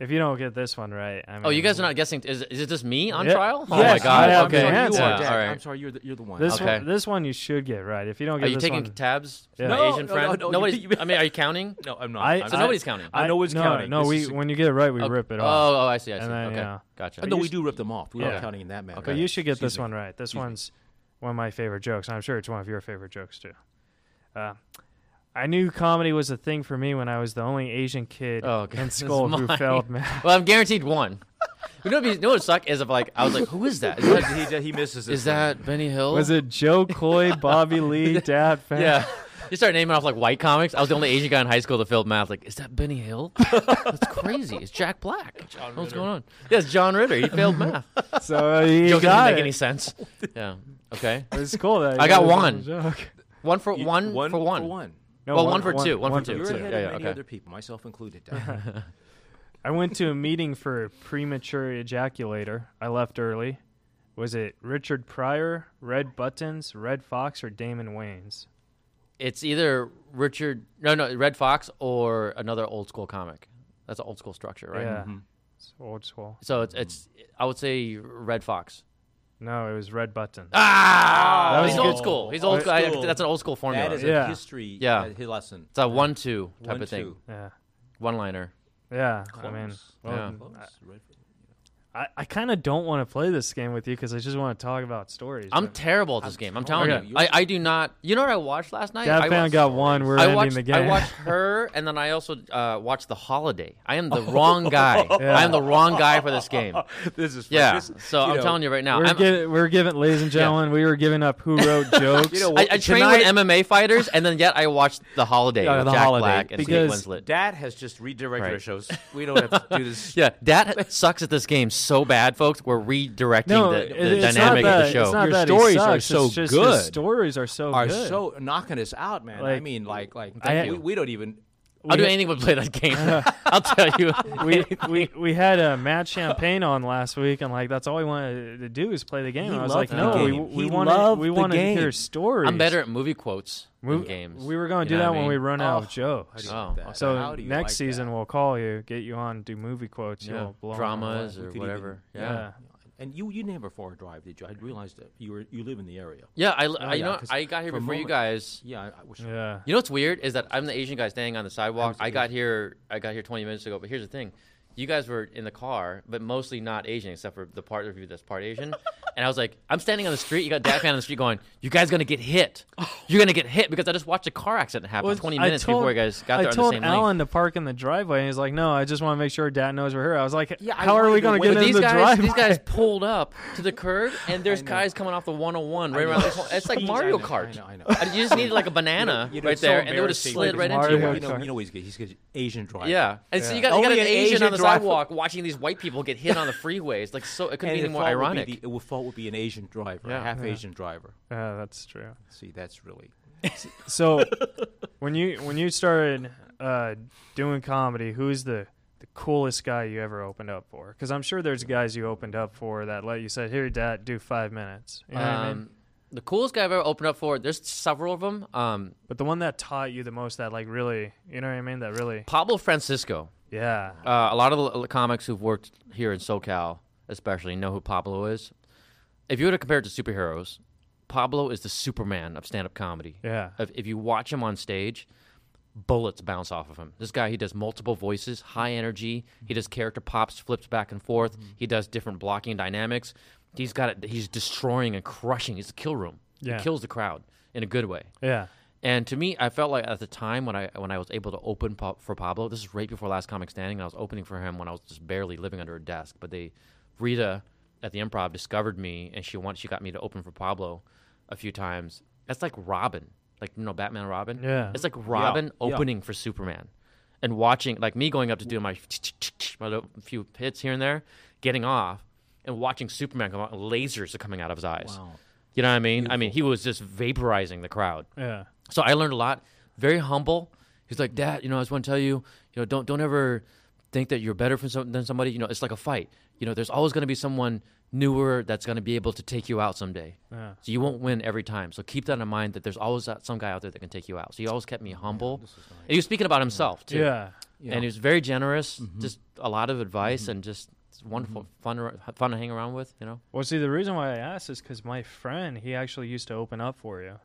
Speaker 2: If you don't get this one right, I mean,
Speaker 4: Oh, you guys are not guessing. Is, is it just me on
Speaker 2: Yeah.
Speaker 4: trial? Oh
Speaker 2: Yes,
Speaker 4: my god.
Speaker 2: I have
Speaker 4: okay.
Speaker 2: the
Speaker 4: Yeah,
Speaker 2: answer.
Speaker 4: all
Speaker 3: All right. I'm
Speaker 4: right.
Speaker 3: sorry, you're the, you're the one.
Speaker 2: This
Speaker 4: Okay.
Speaker 2: one, this one you should get right. If you don't get
Speaker 4: Are you
Speaker 2: this
Speaker 4: taking
Speaker 2: one,
Speaker 4: tabs?
Speaker 2: Yeah.
Speaker 4: My
Speaker 3: No,
Speaker 4: Asian
Speaker 3: no,
Speaker 4: friend.
Speaker 3: no, no,
Speaker 4: Nobody's,
Speaker 3: you-
Speaker 4: I mean, are you counting?
Speaker 3: no, I'm not.
Speaker 2: I-
Speaker 3: I'm
Speaker 4: So
Speaker 2: I-
Speaker 3: not.
Speaker 4: nobody's counting.
Speaker 3: I know it's
Speaker 2: no,
Speaker 3: counting.
Speaker 2: No,
Speaker 3: This
Speaker 2: we
Speaker 3: is a-
Speaker 2: when you get it right, we
Speaker 4: Okay.
Speaker 2: rip it
Speaker 4: oh,
Speaker 2: off.
Speaker 4: Oh, I see. I see.
Speaker 2: And then,
Speaker 4: okay.
Speaker 2: yeah.
Speaker 4: Gotcha.
Speaker 3: Oh, no, we do rip them off. We're
Speaker 2: Yeah.
Speaker 3: not counting in that matter.
Speaker 2: But you should get
Speaker 3: Excuse
Speaker 2: this
Speaker 3: me.
Speaker 2: one right. This one's one of my favorite jokes. and I'm sure it's one of your favorite jokes too. Uh, I knew comedy was a thing for me when I was the only Asian kid
Speaker 4: Oh, okay.
Speaker 2: in
Speaker 4: This is
Speaker 2: school who
Speaker 4: mine.
Speaker 2: failed math.
Speaker 4: Well, I'm guaranteed one. You know, what would be- you know what would suck is if like I was like, who is that? Is
Speaker 3: But
Speaker 4: that,
Speaker 3: he, d- he misses this
Speaker 4: is that Benny Hill?
Speaker 2: Was it Joe Coy, Bobby Lee, Dad Fan?
Speaker 4: Yeah. You start naming off like white comics. I was the only Asian guy in high school that failed math. Like, is that Benny Hill? That's crazy. It's Jack Black. What's going on? Yes, John Ritter. He failed math.
Speaker 2: So uh, he
Speaker 4: Joke doesn't
Speaker 2: got
Speaker 4: make
Speaker 2: it.
Speaker 4: any sense. Yeah. Okay.
Speaker 2: It's cool that
Speaker 4: I
Speaker 2: you
Speaker 4: got
Speaker 2: this
Speaker 4: one.
Speaker 2: joke.
Speaker 4: One for
Speaker 3: You-
Speaker 4: one, for one.
Speaker 3: For one.
Speaker 2: No,
Speaker 4: Well, one for two, one for two.
Speaker 3: You're
Speaker 4: Yeah,
Speaker 3: ahead
Speaker 4: yeah,
Speaker 3: of many
Speaker 4: okay.
Speaker 3: other people, myself included. Dan.
Speaker 2: I went to a meeting for premature ejaculator. I left early. Was it Richard Pryor, Red Buttons, Red Fox, or Damon Wayans?
Speaker 4: It's either Richard, no, no, Red Fox or another old school comic. That's an old school structure, right? Mm-hmm.
Speaker 2: Yeah, it's old school.
Speaker 4: So it's, it's I would say Red Fox.
Speaker 2: No, it was Red Buttons.
Speaker 4: Ah,
Speaker 2: was
Speaker 4: he's
Speaker 2: a good-
Speaker 4: old school. He's old
Speaker 3: Old
Speaker 4: school. I-
Speaker 3: school.
Speaker 4: that's an old school formula.
Speaker 3: that is
Speaker 2: Yeah.
Speaker 3: a history
Speaker 4: Yeah.
Speaker 3: uh, hi- lesson.
Speaker 4: it's a one-two type
Speaker 3: One,
Speaker 4: of thing.
Speaker 3: two.
Speaker 2: Yeah,
Speaker 4: One liner.
Speaker 2: yeah.
Speaker 3: Close.
Speaker 2: I mean,
Speaker 4: Yeah.
Speaker 2: well,
Speaker 3: Close. Red-
Speaker 2: I, I kind of don't want to play this game with you because I just want to talk about stories.
Speaker 4: I'm
Speaker 2: but-
Speaker 4: terrible at this game. I'm telling
Speaker 2: telling
Speaker 4: you.
Speaker 3: you.
Speaker 4: I, I do not. You know what I watched last night?
Speaker 2: Dad
Speaker 4: I
Speaker 2: Fan
Speaker 4: watched-
Speaker 2: got one. We're
Speaker 4: I
Speaker 2: ending
Speaker 4: watched,
Speaker 2: the game.
Speaker 4: I watched her, and then I also uh, watched The Holiday. I am the
Speaker 2: Oh.
Speaker 4: wrong guy. I am the wrong guy for this game.
Speaker 3: this is
Speaker 4: Yeah.
Speaker 3: This,
Speaker 4: So I'm telling you right now.
Speaker 2: we're,
Speaker 4: I'm,
Speaker 2: giving, we're giving, ladies and gentlemen, we were giving up who wrote jokes.
Speaker 3: You know
Speaker 4: I,
Speaker 3: what?
Speaker 4: I train with MMA fighters, and then yet I watched The Holiday
Speaker 2: Yeah,
Speaker 4: with
Speaker 2: The
Speaker 4: Jack
Speaker 2: Holiday,
Speaker 4: Black and Kate
Speaker 2: because
Speaker 4: Winslet.
Speaker 3: Dad has just redirected
Speaker 4: Right.
Speaker 3: our shows. We don't have to do this.
Speaker 4: yeah, that sucks at this game so bad, folks. We're redirecting
Speaker 2: no,
Speaker 4: the,
Speaker 2: it-
Speaker 4: the
Speaker 2: it's
Speaker 4: dynamic
Speaker 2: not that,
Speaker 4: of the show.
Speaker 2: It's not
Speaker 3: Your
Speaker 2: that he
Speaker 3: stories are
Speaker 2: sucks, it's
Speaker 3: so
Speaker 2: just his
Speaker 3: good.
Speaker 2: stories are so
Speaker 3: Are
Speaker 2: good.
Speaker 3: so knocking us out, man. I
Speaker 2: Like,
Speaker 3: mean, like, like
Speaker 2: Thank
Speaker 3: we,
Speaker 2: you.
Speaker 3: we don't even.
Speaker 4: I'll do anything but play that game. I'll tell you.
Speaker 2: we, we we had uh, Matt Champagne on last week, and like that's all we wanted to do is play the game.
Speaker 3: He
Speaker 2: And I was like,
Speaker 3: loved
Speaker 2: no,
Speaker 3: the
Speaker 2: we,
Speaker 3: game.
Speaker 2: we
Speaker 3: He
Speaker 2: wanted
Speaker 3: loved
Speaker 2: we
Speaker 3: the
Speaker 2: wanted
Speaker 3: game.
Speaker 2: to hear stories.
Speaker 4: I'm better at movie quotes
Speaker 2: We,
Speaker 4: than games.
Speaker 2: We were going to
Speaker 4: You
Speaker 2: do
Speaker 4: know
Speaker 2: that
Speaker 4: what I
Speaker 2: when we
Speaker 4: mean?
Speaker 2: run out of jokes.
Speaker 3: How
Speaker 4: Oh,
Speaker 3: do you like that?
Speaker 2: So
Speaker 3: How do you
Speaker 2: next
Speaker 3: like
Speaker 2: season
Speaker 3: that?
Speaker 2: we'll call you, get you on, do movie quotes.
Speaker 4: Yeah.
Speaker 2: You'll blow 'em
Speaker 4: dramas
Speaker 2: away.
Speaker 4: or
Speaker 3: could
Speaker 4: whatever.
Speaker 2: Yeah.
Speaker 4: yeah.
Speaker 3: And you, you never far drive, did you? I realized that you were you live in the area.
Speaker 4: Yeah, I, I you
Speaker 3: yeah,
Speaker 4: know
Speaker 3: 'cause
Speaker 4: I got here
Speaker 3: for a
Speaker 4: before you
Speaker 3: moment-
Speaker 4: guys.
Speaker 3: Yeah, I, I wish.
Speaker 2: yeah.
Speaker 4: You know what's weird is that I'm the Asian guy standing on the sidewalk. I got here I got here 20 minutes ago, but here's the thing. You guys were in the car, but mostly not Asian except for the part of you that's part Asian. And I was like, I'm standing on the street. You got Dad fan on the street going, "You guys gonna get hit. You're gonna get hit because I just watched a car accident happen 20 minutes
Speaker 2: I told,
Speaker 4: before you guys got there
Speaker 2: I
Speaker 4: on
Speaker 2: told
Speaker 4: the same
Speaker 2: Alan
Speaker 4: lane."
Speaker 2: to park in the driveway, and he's like, "No, I just want to make sure Dad knows we're here." I was like,
Speaker 3: Yeah, I
Speaker 2: "How are we going
Speaker 3: wanted to
Speaker 2: to get
Speaker 3: wait.
Speaker 2: in
Speaker 4: These
Speaker 2: the
Speaker 4: guys,
Speaker 2: driveway?"
Speaker 4: these guys pulled up to the curb, and there's guys coming off the 101 right around the corner. It's like
Speaker 3: Jeez, I
Speaker 4: Mario
Speaker 3: know,
Speaker 4: Kart.
Speaker 3: I know, I know.
Speaker 4: And You just needed like a banana
Speaker 3: You know,
Speaker 4: right
Speaker 3: it's so
Speaker 4: there, and they would have
Speaker 3: embarrassing.
Speaker 4: slid
Speaker 2: Like
Speaker 4: right
Speaker 2: Mario
Speaker 4: into you.
Speaker 2: Kart.
Speaker 3: You know, you know he's good. He's good. Asian driver.
Speaker 4: Yeah, and so you got, you
Speaker 3: Only
Speaker 4: got an
Speaker 3: an
Speaker 4: Asian,
Speaker 3: Asian
Speaker 4: on the
Speaker 3: driver.
Speaker 4: sidewalk watching these white people get hit on the freeways. Like so, it couldn't
Speaker 3: And
Speaker 4: be
Speaker 3: the
Speaker 4: any more
Speaker 3: fault would be
Speaker 4: ironic.
Speaker 3: the- The fault would be an Asian driver, a
Speaker 4: Yeah.
Speaker 3: half Asian driver.
Speaker 2: yeah, that's true.
Speaker 3: See, that's really.
Speaker 2: So, when you when you started uh, doing comedy, who's the the coolest guy you ever opened up for? Because I'm sure there's guys you opened up for that let you said, "Here, Dad, do five minutes." You know what I mean?
Speaker 4: Um, the coolest guy I've ever opened up for. There's several of them. Um,
Speaker 2: But the one that taught you the most, that like really, you know what I mean? That really,
Speaker 4: Pablo Francisco.
Speaker 2: yeah,
Speaker 4: Uh, a lot of the l- comics who've worked here in SoCal, especially, know who Pablo is. If you were to compare it to superheroes, Pablo is the Superman of stand-up comedy.
Speaker 2: Yeah.
Speaker 4: If, if you watch him on stage, bullets bounce off of him. This guy, he does multiple voices, high energy. He does character pops, flips back and forth.
Speaker 2: Mm-hmm.
Speaker 4: He does different blocking dynamics. He's got it. He's destroying and crushing. He's a kill room.
Speaker 2: Yeah.
Speaker 4: He kills the crowd in a good way.
Speaker 2: yeah.
Speaker 4: And to me, I felt like at the time when I when I was able to open pa- for Pablo, this is right before Last Comic Standing, and I was opening for him when I was just barely living under a desk. But they, Rita at the Improv discovered me, and she wanted she got me to open for Pablo a few times. That's like Robin, like you know Batman and Robin.
Speaker 2: Yeah.
Speaker 4: it's like Robin
Speaker 3: yeah.
Speaker 4: opening for Superman, and watching like me going up to do my my little few hits here and there, getting off, and watching Superman come out, and lasers are coming out of his eyes.
Speaker 3: Wow.
Speaker 4: You know what I mean? I mean, he was just vaporizing the crowd.
Speaker 2: Yeah.
Speaker 4: So I learned a lot. Very humble. He's like, Dad, you know, I just want to tell you, you know, don't don't ever think that you're better from some, than somebody. You know, it's like a fight. You know, there's always going to be someone newer that's going to be able to take you out someday. So you won't win every time. So keep that in mind that there's always that, some guy out there that can take you out. So he always kept me humble. And he was speaking about himself too.
Speaker 2: Yeah.
Speaker 4: And he was very generous. Just a lot of advice and just wonderful, fun, fun to hang around with. You know.
Speaker 2: Well, see, the reason why I asked is because my friend, he actually used to open up for you,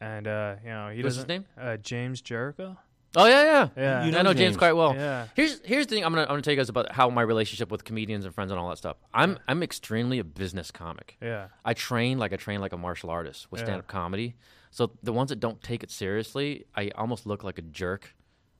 Speaker 2: and uh, you know, he
Speaker 4: What's
Speaker 2: doesn't.
Speaker 4: his name?
Speaker 2: Uh, James Jericho.
Speaker 4: Oh yeah, yeah.
Speaker 2: Yeah. You
Speaker 4: I
Speaker 3: know
Speaker 4: know
Speaker 3: James.
Speaker 4: James quite well.
Speaker 2: Yeah.
Speaker 4: Here's here's the thing I'm gonna I'm gonna tell you guys about how my relationship with comedians and friends and all that stuff. I'm I'm extremely a business comic.
Speaker 2: Yeah.
Speaker 4: I train like I train like a martial artist with
Speaker 2: Yeah.
Speaker 4: stand up comedy. So the ones that don't take it seriously, I almost look like a jerk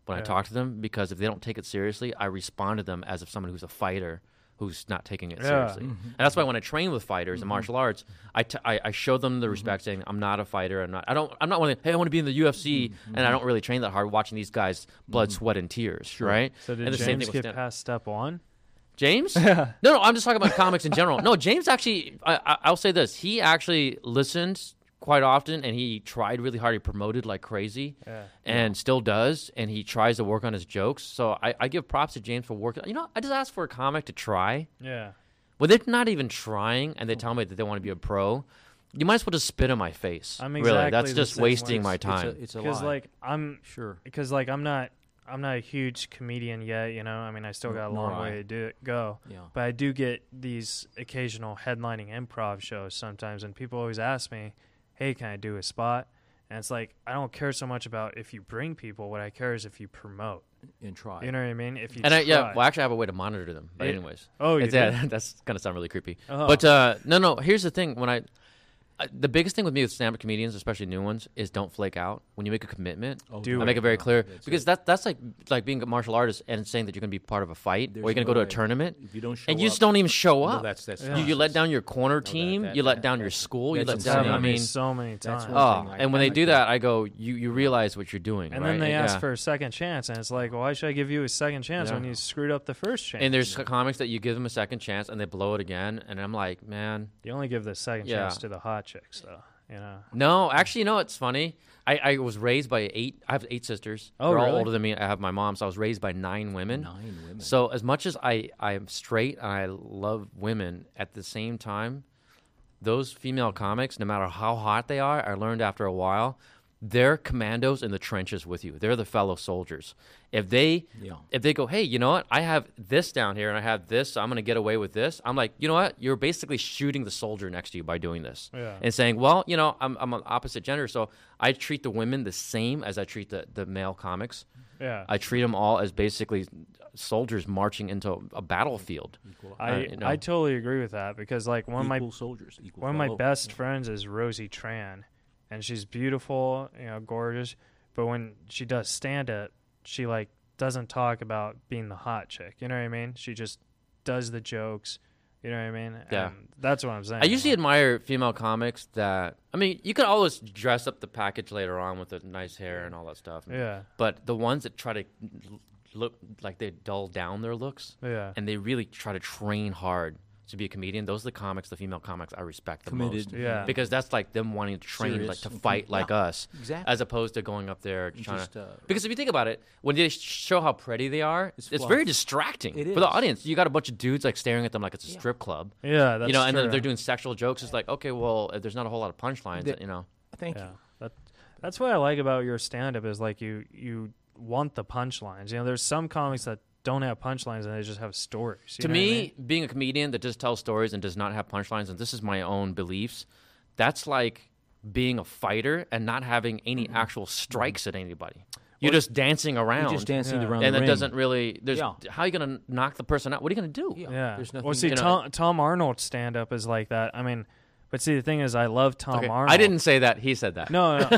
Speaker 4: when I talk to them because if they don't take it seriously, I respond to them as if someone who's a fighter who's not taking it
Speaker 2: Yeah.
Speaker 4: seriously. And that's why when I train with fighters in martial arts, I, t- I I show them the respect saying I'm not a fighter. I'm not I don't I'm not one of the, hey I want to be in the UFC and I don't really train that hard watching these guys blood, sweat and tears, right?
Speaker 2: So did
Speaker 4: and the same
Speaker 2: James
Speaker 4: thing with
Speaker 2: get
Speaker 4: stand-
Speaker 2: past step one?
Speaker 4: James? No, no, I'm just talking about comics in general. No, James actually, I, I, I'll say this. He actually listened quite often and he tried really hard. He promoted like crazy and still does. And he tries to work on his jokes. So I, I give props to James for working. You know, I just asked for a comic to try.
Speaker 2: Yeah.
Speaker 4: When they're not even trying and they tell me that they want to be a pro, you might as well just spit in my face.
Speaker 2: I'm
Speaker 4: really,
Speaker 2: exactly
Speaker 4: that's
Speaker 2: the
Speaker 4: just
Speaker 2: same way.
Speaker 4: wasting my
Speaker 2: It's-
Speaker 4: time.
Speaker 3: It's a, it's a
Speaker 2: Because
Speaker 3: lie.
Speaker 2: like I'm
Speaker 3: sure.
Speaker 2: because like I'm not I'm not a huge comedian yet, you know. I mean, I still got a
Speaker 3: Nor
Speaker 2: long
Speaker 3: I.
Speaker 2: way to do, go.
Speaker 3: Yeah.
Speaker 2: But I do get these occasional headlining improv shows sometimes, and people always ask me, "Hey, can I do a spot?" And it's like I don't care so much about if you bring people. What I care is if you promote.
Speaker 3: And try.
Speaker 2: You know what I mean? If you
Speaker 4: And I, yeah,
Speaker 2: try.
Speaker 4: well, actually, I have a way to monitor them. But
Speaker 2: Yeah.
Speaker 4: anyways,
Speaker 2: Oh, you
Speaker 4: It's- yeah, that's gonna sound really creepy.
Speaker 3: Uh-huh.
Speaker 2: Oh.
Speaker 4: But uh, no, no. Here's the thing: when I, I, the biggest thing with me with stand-up comedians, especially new ones, is don't flake out when you make a commitment.
Speaker 3: Oh,
Speaker 2: Do
Speaker 4: I
Speaker 2: it.
Speaker 4: make it very clear
Speaker 3: that's
Speaker 4: because that that's like like being a martial artist and saying that you're gonna be part of a fight or
Speaker 3: There's
Speaker 4: you're gonna
Speaker 3: no
Speaker 4: go to a
Speaker 3: way.
Speaker 4: tournament.
Speaker 3: If you don't show
Speaker 4: and you
Speaker 3: up-
Speaker 4: just don't even show
Speaker 3: No,
Speaker 4: up.
Speaker 3: that's- that's
Speaker 4: you, you let
Speaker 3: nonsense.
Speaker 4: down your corner team.
Speaker 3: that-
Speaker 4: you let
Speaker 3: that-
Speaker 4: down your
Speaker 3: that's-
Speaker 4: school. You let
Speaker 3: that's
Speaker 4: down.
Speaker 3: insane.
Speaker 4: I
Speaker 2: I
Speaker 4: mean,
Speaker 2: so many times.
Speaker 3: one
Speaker 4: oh,
Speaker 3: thing I-
Speaker 4: and when they
Speaker 3: I
Speaker 4: do
Speaker 3: can-
Speaker 4: that, I go, you you realize what you're doing,
Speaker 2: And
Speaker 4: right?
Speaker 2: then they
Speaker 4: Yeah.
Speaker 2: ask for a second chance, and it's like, why should I give you a second chance
Speaker 4: Yeah.
Speaker 2: when you screwed up the first chance?
Speaker 4: And there's comics that you give them a second chance and they blow it again, and I'm like, man,
Speaker 2: you only give the second
Speaker 4: Yeah.
Speaker 2: chance to the hot chicks, though. You know?
Speaker 4: No, actually, you know it's funny. I, I was raised by eight. I have eight sisters.
Speaker 2: Oh,
Speaker 4: They're all
Speaker 2: really?
Speaker 4: older than me. I have my mom, so I was raised by nine women.
Speaker 3: Nine women.
Speaker 4: So as much as I I am straight and I love women, at the same time, those female comics, no matter how hot they are, I learned after a while, they're commandos in the trenches with you. They're the fellow soldiers. If they
Speaker 3: Yeah.
Speaker 4: if they go, hey, you know what? I have this down here and I have this, so I'm gonna get away with this. I'm like, you know what? You're basically shooting the soldier next to you by doing this
Speaker 2: Yeah.
Speaker 4: and saying, well, you know, I'm I'm an opposite gender, so I treat the women the same as I treat the the male comics.
Speaker 2: Yeah.
Speaker 4: I treat them all as basically soldiers marching into a battlefield.
Speaker 2: I,
Speaker 4: uh, you know.
Speaker 2: I totally agree with that because like one of my
Speaker 3: equal soldiers, equal
Speaker 2: one of my
Speaker 3: fellow.
Speaker 2: best friends is Rosie Tran, and she's beautiful, you know, gorgeous. But when she does stand up, she like doesn't talk about being the hot chick. You know what I mean? She just does the jokes. You know what I mean?
Speaker 4: Yeah.
Speaker 2: And that's what I'm saying.
Speaker 4: I usually admire female comics that I mean, you could always dress up the package later on with the nice hair and all that stuff.
Speaker 2: Yeah.
Speaker 4: But the ones that try to l- look like they dull down their looks
Speaker 2: Yeah.
Speaker 4: and they really try to train hard to be a comedian, those are the comics, the female comics I respect the
Speaker 3: Committed.
Speaker 4: most.
Speaker 2: Yeah.
Speaker 4: Because that's like them wanting to train like
Speaker 3: Serious
Speaker 4: to
Speaker 3: and
Speaker 4: fight
Speaker 3: com-
Speaker 4: like
Speaker 3: yeah,
Speaker 4: us.
Speaker 3: exactly.
Speaker 4: As opposed to going up there trying
Speaker 3: just,
Speaker 4: to
Speaker 3: uh,
Speaker 4: Because if you think about it, when they sh- show how pretty they are, it's,
Speaker 3: It's
Speaker 4: very
Speaker 3: fluff.
Speaker 4: distracting
Speaker 3: It
Speaker 4: for the
Speaker 3: is.
Speaker 4: audience. You got a bunch of dudes like staring at them like it's a strip club
Speaker 2: Yeah, that's
Speaker 4: you know, and
Speaker 2: true.
Speaker 4: then they're doing sexual jokes. It's like, okay, well, uh, there's not a whole lot of punchlines,
Speaker 3: The-
Speaker 4: that, you know.
Speaker 3: Thank
Speaker 2: Yeah,
Speaker 3: you.
Speaker 2: that, that's what I like about your stand-up is like you you want the punchlines. You know, there's some comics that don't have punchlines and they just have stories. you
Speaker 4: To
Speaker 2: know what I
Speaker 4: me,
Speaker 2: mean?
Speaker 4: being a comedian that just tells stories and does not have punchlines, and this is my own beliefs, that's like being a fighter and not having any
Speaker 2: Mm-hmm.
Speaker 4: actual strikes at anybody. You're just dancing around.
Speaker 3: You're just dancing
Speaker 2: Yeah.
Speaker 3: around
Speaker 4: and
Speaker 3: the
Speaker 4: that
Speaker 3: ring.
Speaker 4: doesn't really. There's
Speaker 3: Yeah.
Speaker 4: how you gonna knock the person out? What are you gonna do?
Speaker 3: Yeah.
Speaker 2: yeah.
Speaker 3: There's nothing.
Speaker 2: well, see,
Speaker 4: you know-
Speaker 2: Tom, Tom Arnold's stand-up is like that. I mean, but see, the thing is, I love Tom
Speaker 4: Okay,
Speaker 2: Arnold.
Speaker 4: I didn't say that. He said that.
Speaker 2: No, no,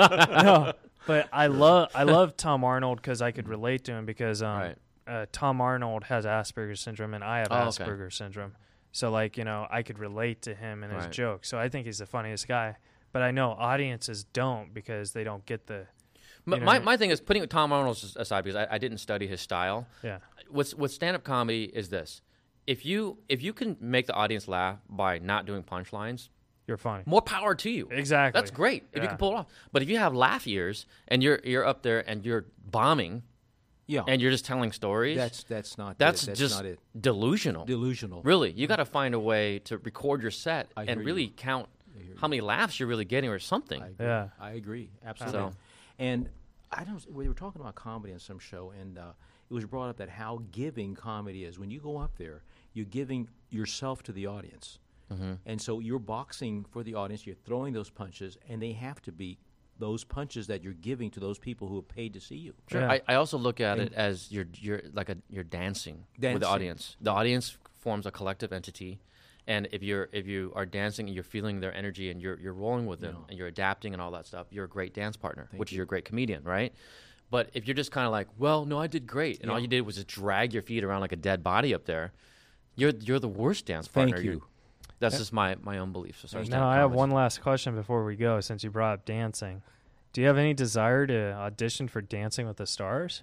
Speaker 2: no. But I love I love Tom Arnold because I could relate to him because um,
Speaker 4: Right.
Speaker 2: uh, Tom Arnold has Asperger's syndrome and I have
Speaker 4: Oh, okay.
Speaker 2: Asperger's syndrome, so like you know I could relate to him and his
Speaker 4: Right.
Speaker 2: jokes. So I think he's the funniest guy. But I know audiences don't because they don't get the
Speaker 4: My,
Speaker 2: You know-
Speaker 4: my, my thing is putting Tom Arnold aside because I, I didn't study his style.
Speaker 2: yeah
Speaker 4: what's with stand-up comedy is this if you if you can make the audience laugh by not doing punchlines
Speaker 2: you're funny.
Speaker 4: more power to you
Speaker 2: Exactly.
Speaker 4: that's great if you
Speaker 2: Yeah.
Speaker 4: can pull it off but if you have laugh ears and you're you're up there and you're bombing
Speaker 3: Yeah.
Speaker 4: and you're just telling stories
Speaker 3: that's that's not.
Speaker 4: that's,
Speaker 3: it. that's
Speaker 4: just
Speaker 3: not it.
Speaker 4: delusional
Speaker 3: Delusional.
Speaker 4: really you got to find a way to record your set
Speaker 3: I hear
Speaker 4: and
Speaker 3: you.
Speaker 4: really count how many laughs you're really getting or something
Speaker 3: I agree.
Speaker 2: Yeah.
Speaker 3: I agree. Absolutely.
Speaker 4: So-
Speaker 3: And I don't. We were talking about comedy in some show, and uh, it was brought up that how giving comedy is. When you go up there, you're giving yourself to the audience,
Speaker 4: Mm-hmm.
Speaker 3: and so you're boxing for the audience. You're throwing those punches, and they have to be those punches that you're giving to those people who are paid to see you.
Speaker 4: Sure.
Speaker 2: Yeah.
Speaker 4: I, I also look at it as you're you're like a you're dancing, with
Speaker 3: Dancing.
Speaker 4: the audience. The audience forms a collective entity, and if you're if you are dancing and you're feeling their energy and you're you're rolling with them and you're adapting and all that stuff, you're a great dance partner, which you're a great comedian, right? But if you're just kind of like, well, no, I did great, and all you did was just drag your feet around like a dead body up there, you're you're the worst dance
Speaker 3: Thank
Speaker 4: partner. You're-
Speaker 3: you.
Speaker 4: That's just my my own belief. So sorry, Stan,
Speaker 2: Now I have
Speaker 4: comments.
Speaker 2: one last question before we go since you brought up dancing. Do you have any desire to audition for Dancing with the Stars?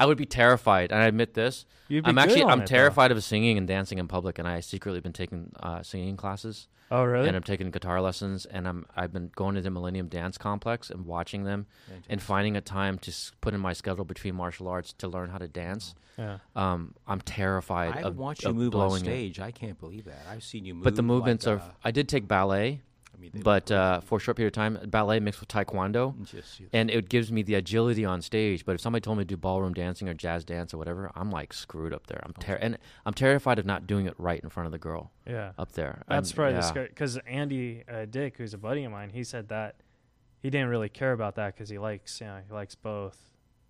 Speaker 4: I would be terrified, and I admit this.
Speaker 2: You'd be
Speaker 4: I'm
Speaker 2: good
Speaker 4: actually
Speaker 2: on
Speaker 4: I'm
Speaker 2: it, though.
Speaker 4: terrified of singing and dancing in public, and I secretly been taking uh, singing classes,
Speaker 2: Oh really?
Speaker 4: and I'm taking guitar lessons, and I'm I've been going to the Millennium Dance Complex and watching them, and finding a time to s- put in my schedule between martial arts to learn how to dance.
Speaker 2: yeah.
Speaker 4: Um, I'm terrified
Speaker 3: I
Speaker 4: of
Speaker 3: watch you
Speaker 4: of
Speaker 3: move on
Speaker 4: blowing it.
Speaker 3: stage. I can't believe that. I've seen you move.
Speaker 4: But the
Speaker 3: like,
Speaker 4: movements are.
Speaker 3: uh,
Speaker 4: I did take ballet,
Speaker 3: mean, they look
Speaker 4: but uh, for a short period of time, ballet mixed with taekwondo,
Speaker 3: Yes, yes.
Speaker 4: and it gives me the agility on stage. But if somebody told me to do ballroom dancing or jazz dance or whatever, I'm like screwed up there. I'm ter- and I'm terrified of not doing it right in front of the girl
Speaker 2: Yeah.
Speaker 4: up there.
Speaker 2: That's
Speaker 4: I'm-
Speaker 2: probably the
Speaker 4: yeah.
Speaker 2: scary because Andy uh, Dick, who's a buddy of mine, he said that he didn't really care about that because he likes, you know, he likes both,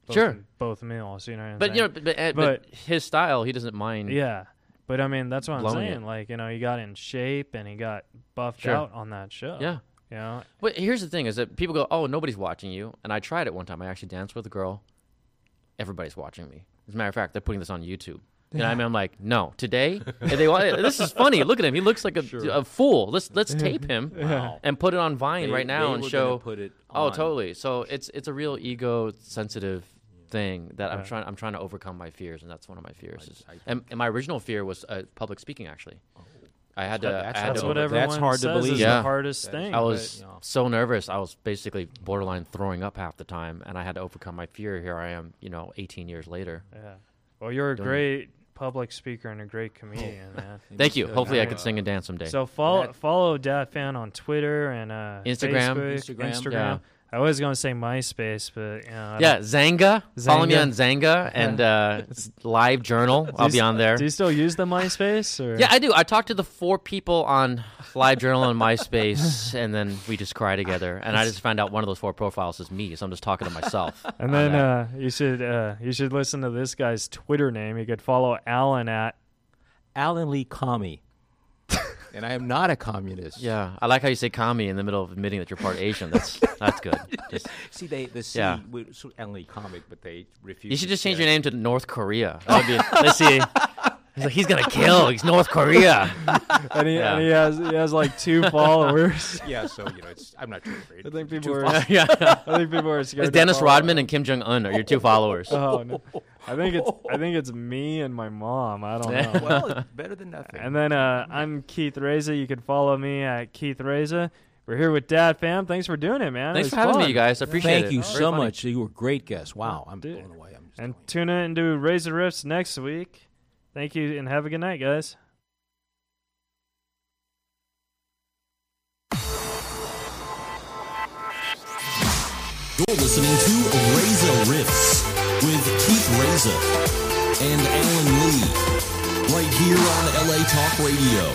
Speaker 2: both
Speaker 4: Sure.
Speaker 2: both meals. You know, what I'm
Speaker 4: But you know,
Speaker 2: saying?
Speaker 4: but, but, uh, but
Speaker 2: But-
Speaker 4: his style, he doesn't mind.
Speaker 2: yeah. But I mean, that's what I'm
Speaker 4: Blowing it.
Speaker 2: saying. Like, you know, he got in shape and he got buffed
Speaker 4: Sure.
Speaker 2: out on that show.
Speaker 4: Yeah.
Speaker 2: You know,
Speaker 4: But here's the thing: is that people go, "Oh, nobody's watching you," and I tried it one time. I actually danced with a girl. Everybody's watching me. As a matter of fact, they're putting this on YouTube. You know, what I mean, I'm like, no, today if they wa- this is funny. Look at him; he looks like a, a fool. Let's let's tape him and put it on Vine
Speaker 3: They-
Speaker 4: right now
Speaker 3: they
Speaker 4: and
Speaker 3: were gonna
Speaker 4: show.
Speaker 3: put it
Speaker 4: Oh,
Speaker 3: on.
Speaker 4: totally. So it's it's a real ego sensitive thing that I'm trying I'm trying to overcome my fears, and that's one of my fears. Is, and, and my original fear was uh, public speaking. Actually, I had to.
Speaker 3: That's
Speaker 4: I had
Speaker 2: that's
Speaker 4: to
Speaker 2: what
Speaker 4: over-
Speaker 2: everyone
Speaker 3: hard to
Speaker 2: says
Speaker 3: believe.
Speaker 2: Is
Speaker 4: Yeah.
Speaker 2: the hardest thing.
Speaker 4: I
Speaker 2: but-
Speaker 4: was
Speaker 3: you know.
Speaker 4: so nervous. I was basically borderline throwing up half the time, and I had to overcome my fear. Here I am, you know, 18 years later.
Speaker 2: Yeah. Well, you're a great public speaker and a great comedian, man.
Speaker 4: Thank you. Hopefully, I
Speaker 2: yeah.
Speaker 4: can sing and dance someday.
Speaker 2: So follow follow Dad Fan on Twitter and uh,
Speaker 4: Instagram.
Speaker 2: Facebook,
Speaker 3: Instagram,
Speaker 2: Instagram.
Speaker 4: yeah.
Speaker 2: I was going to say MySpace, but you know, I
Speaker 4: Yeah,
Speaker 2: don't-
Speaker 4: Zanga. Follow me
Speaker 2: Zanga.
Speaker 4: on Zanga and uh, Live Journal. I'll
Speaker 2: Do
Speaker 4: be
Speaker 2: you-
Speaker 4: on there.
Speaker 2: Do you still use the MySpace? Or?
Speaker 4: Yeah, I do. I talked to the four people on Live Journal and MySpace, and then we just cry together. And I just found out one of those four profiles is me, so I'm just talking to myself.
Speaker 2: and
Speaker 4: on
Speaker 2: then
Speaker 4: that.
Speaker 2: uh, you should uh, you should listen to this guy's Twitter name. You could follow Alan at
Speaker 3: Alan Lee commie. and I am not a communist.
Speaker 4: yeah, I like how you say "commie" in the middle of admitting that you're part Asian. That's that's good. Just,
Speaker 3: See, they the C
Speaker 4: Yeah.
Speaker 3: would- so Alan Lee comic, but they refuse.
Speaker 4: you should just change your name to North Korea. That would be. let's see. He's like, he's gonna kill. He's North Korea.
Speaker 2: and he,
Speaker 4: Yeah.
Speaker 2: and he has he has like two followers.
Speaker 3: Yeah, so you know, it's I'm not too afraid.
Speaker 2: I think
Speaker 3: Too
Speaker 2: people are
Speaker 3: far.
Speaker 2: I
Speaker 4: yeah.
Speaker 2: think people are scared.
Speaker 4: It's
Speaker 2: to
Speaker 4: Dennis
Speaker 2: follow-
Speaker 4: Rodman and Kim Jong Un are your two followers.
Speaker 3: Uh,
Speaker 2: Oh, no. I think it's I think it's me and my mom. I don't know.
Speaker 3: well, it's Um, better than nothing.
Speaker 2: And then uh, I'm Keith Reza. You can follow me at Keith Reza. We're here with Dad Fam. Thanks for doing it, man. It
Speaker 4: Thanks
Speaker 2: was
Speaker 4: for having me,
Speaker 2: fun.
Speaker 4: you guys. I appreciate it.
Speaker 3: Thank you
Speaker 4: Very
Speaker 3: so
Speaker 4: funny.
Speaker 3: much. You were a great guest. Wow, I'm
Speaker 2: Dude.
Speaker 3: blown away. I'm just
Speaker 2: And
Speaker 3: telling you.
Speaker 2: tune in to Razor Riffs next week. Thank you and have a good night, guys.
Speaker 1: You're listening to Razor Riffs with Keith Razor and Alan Lee, right here on LA Talk Radio.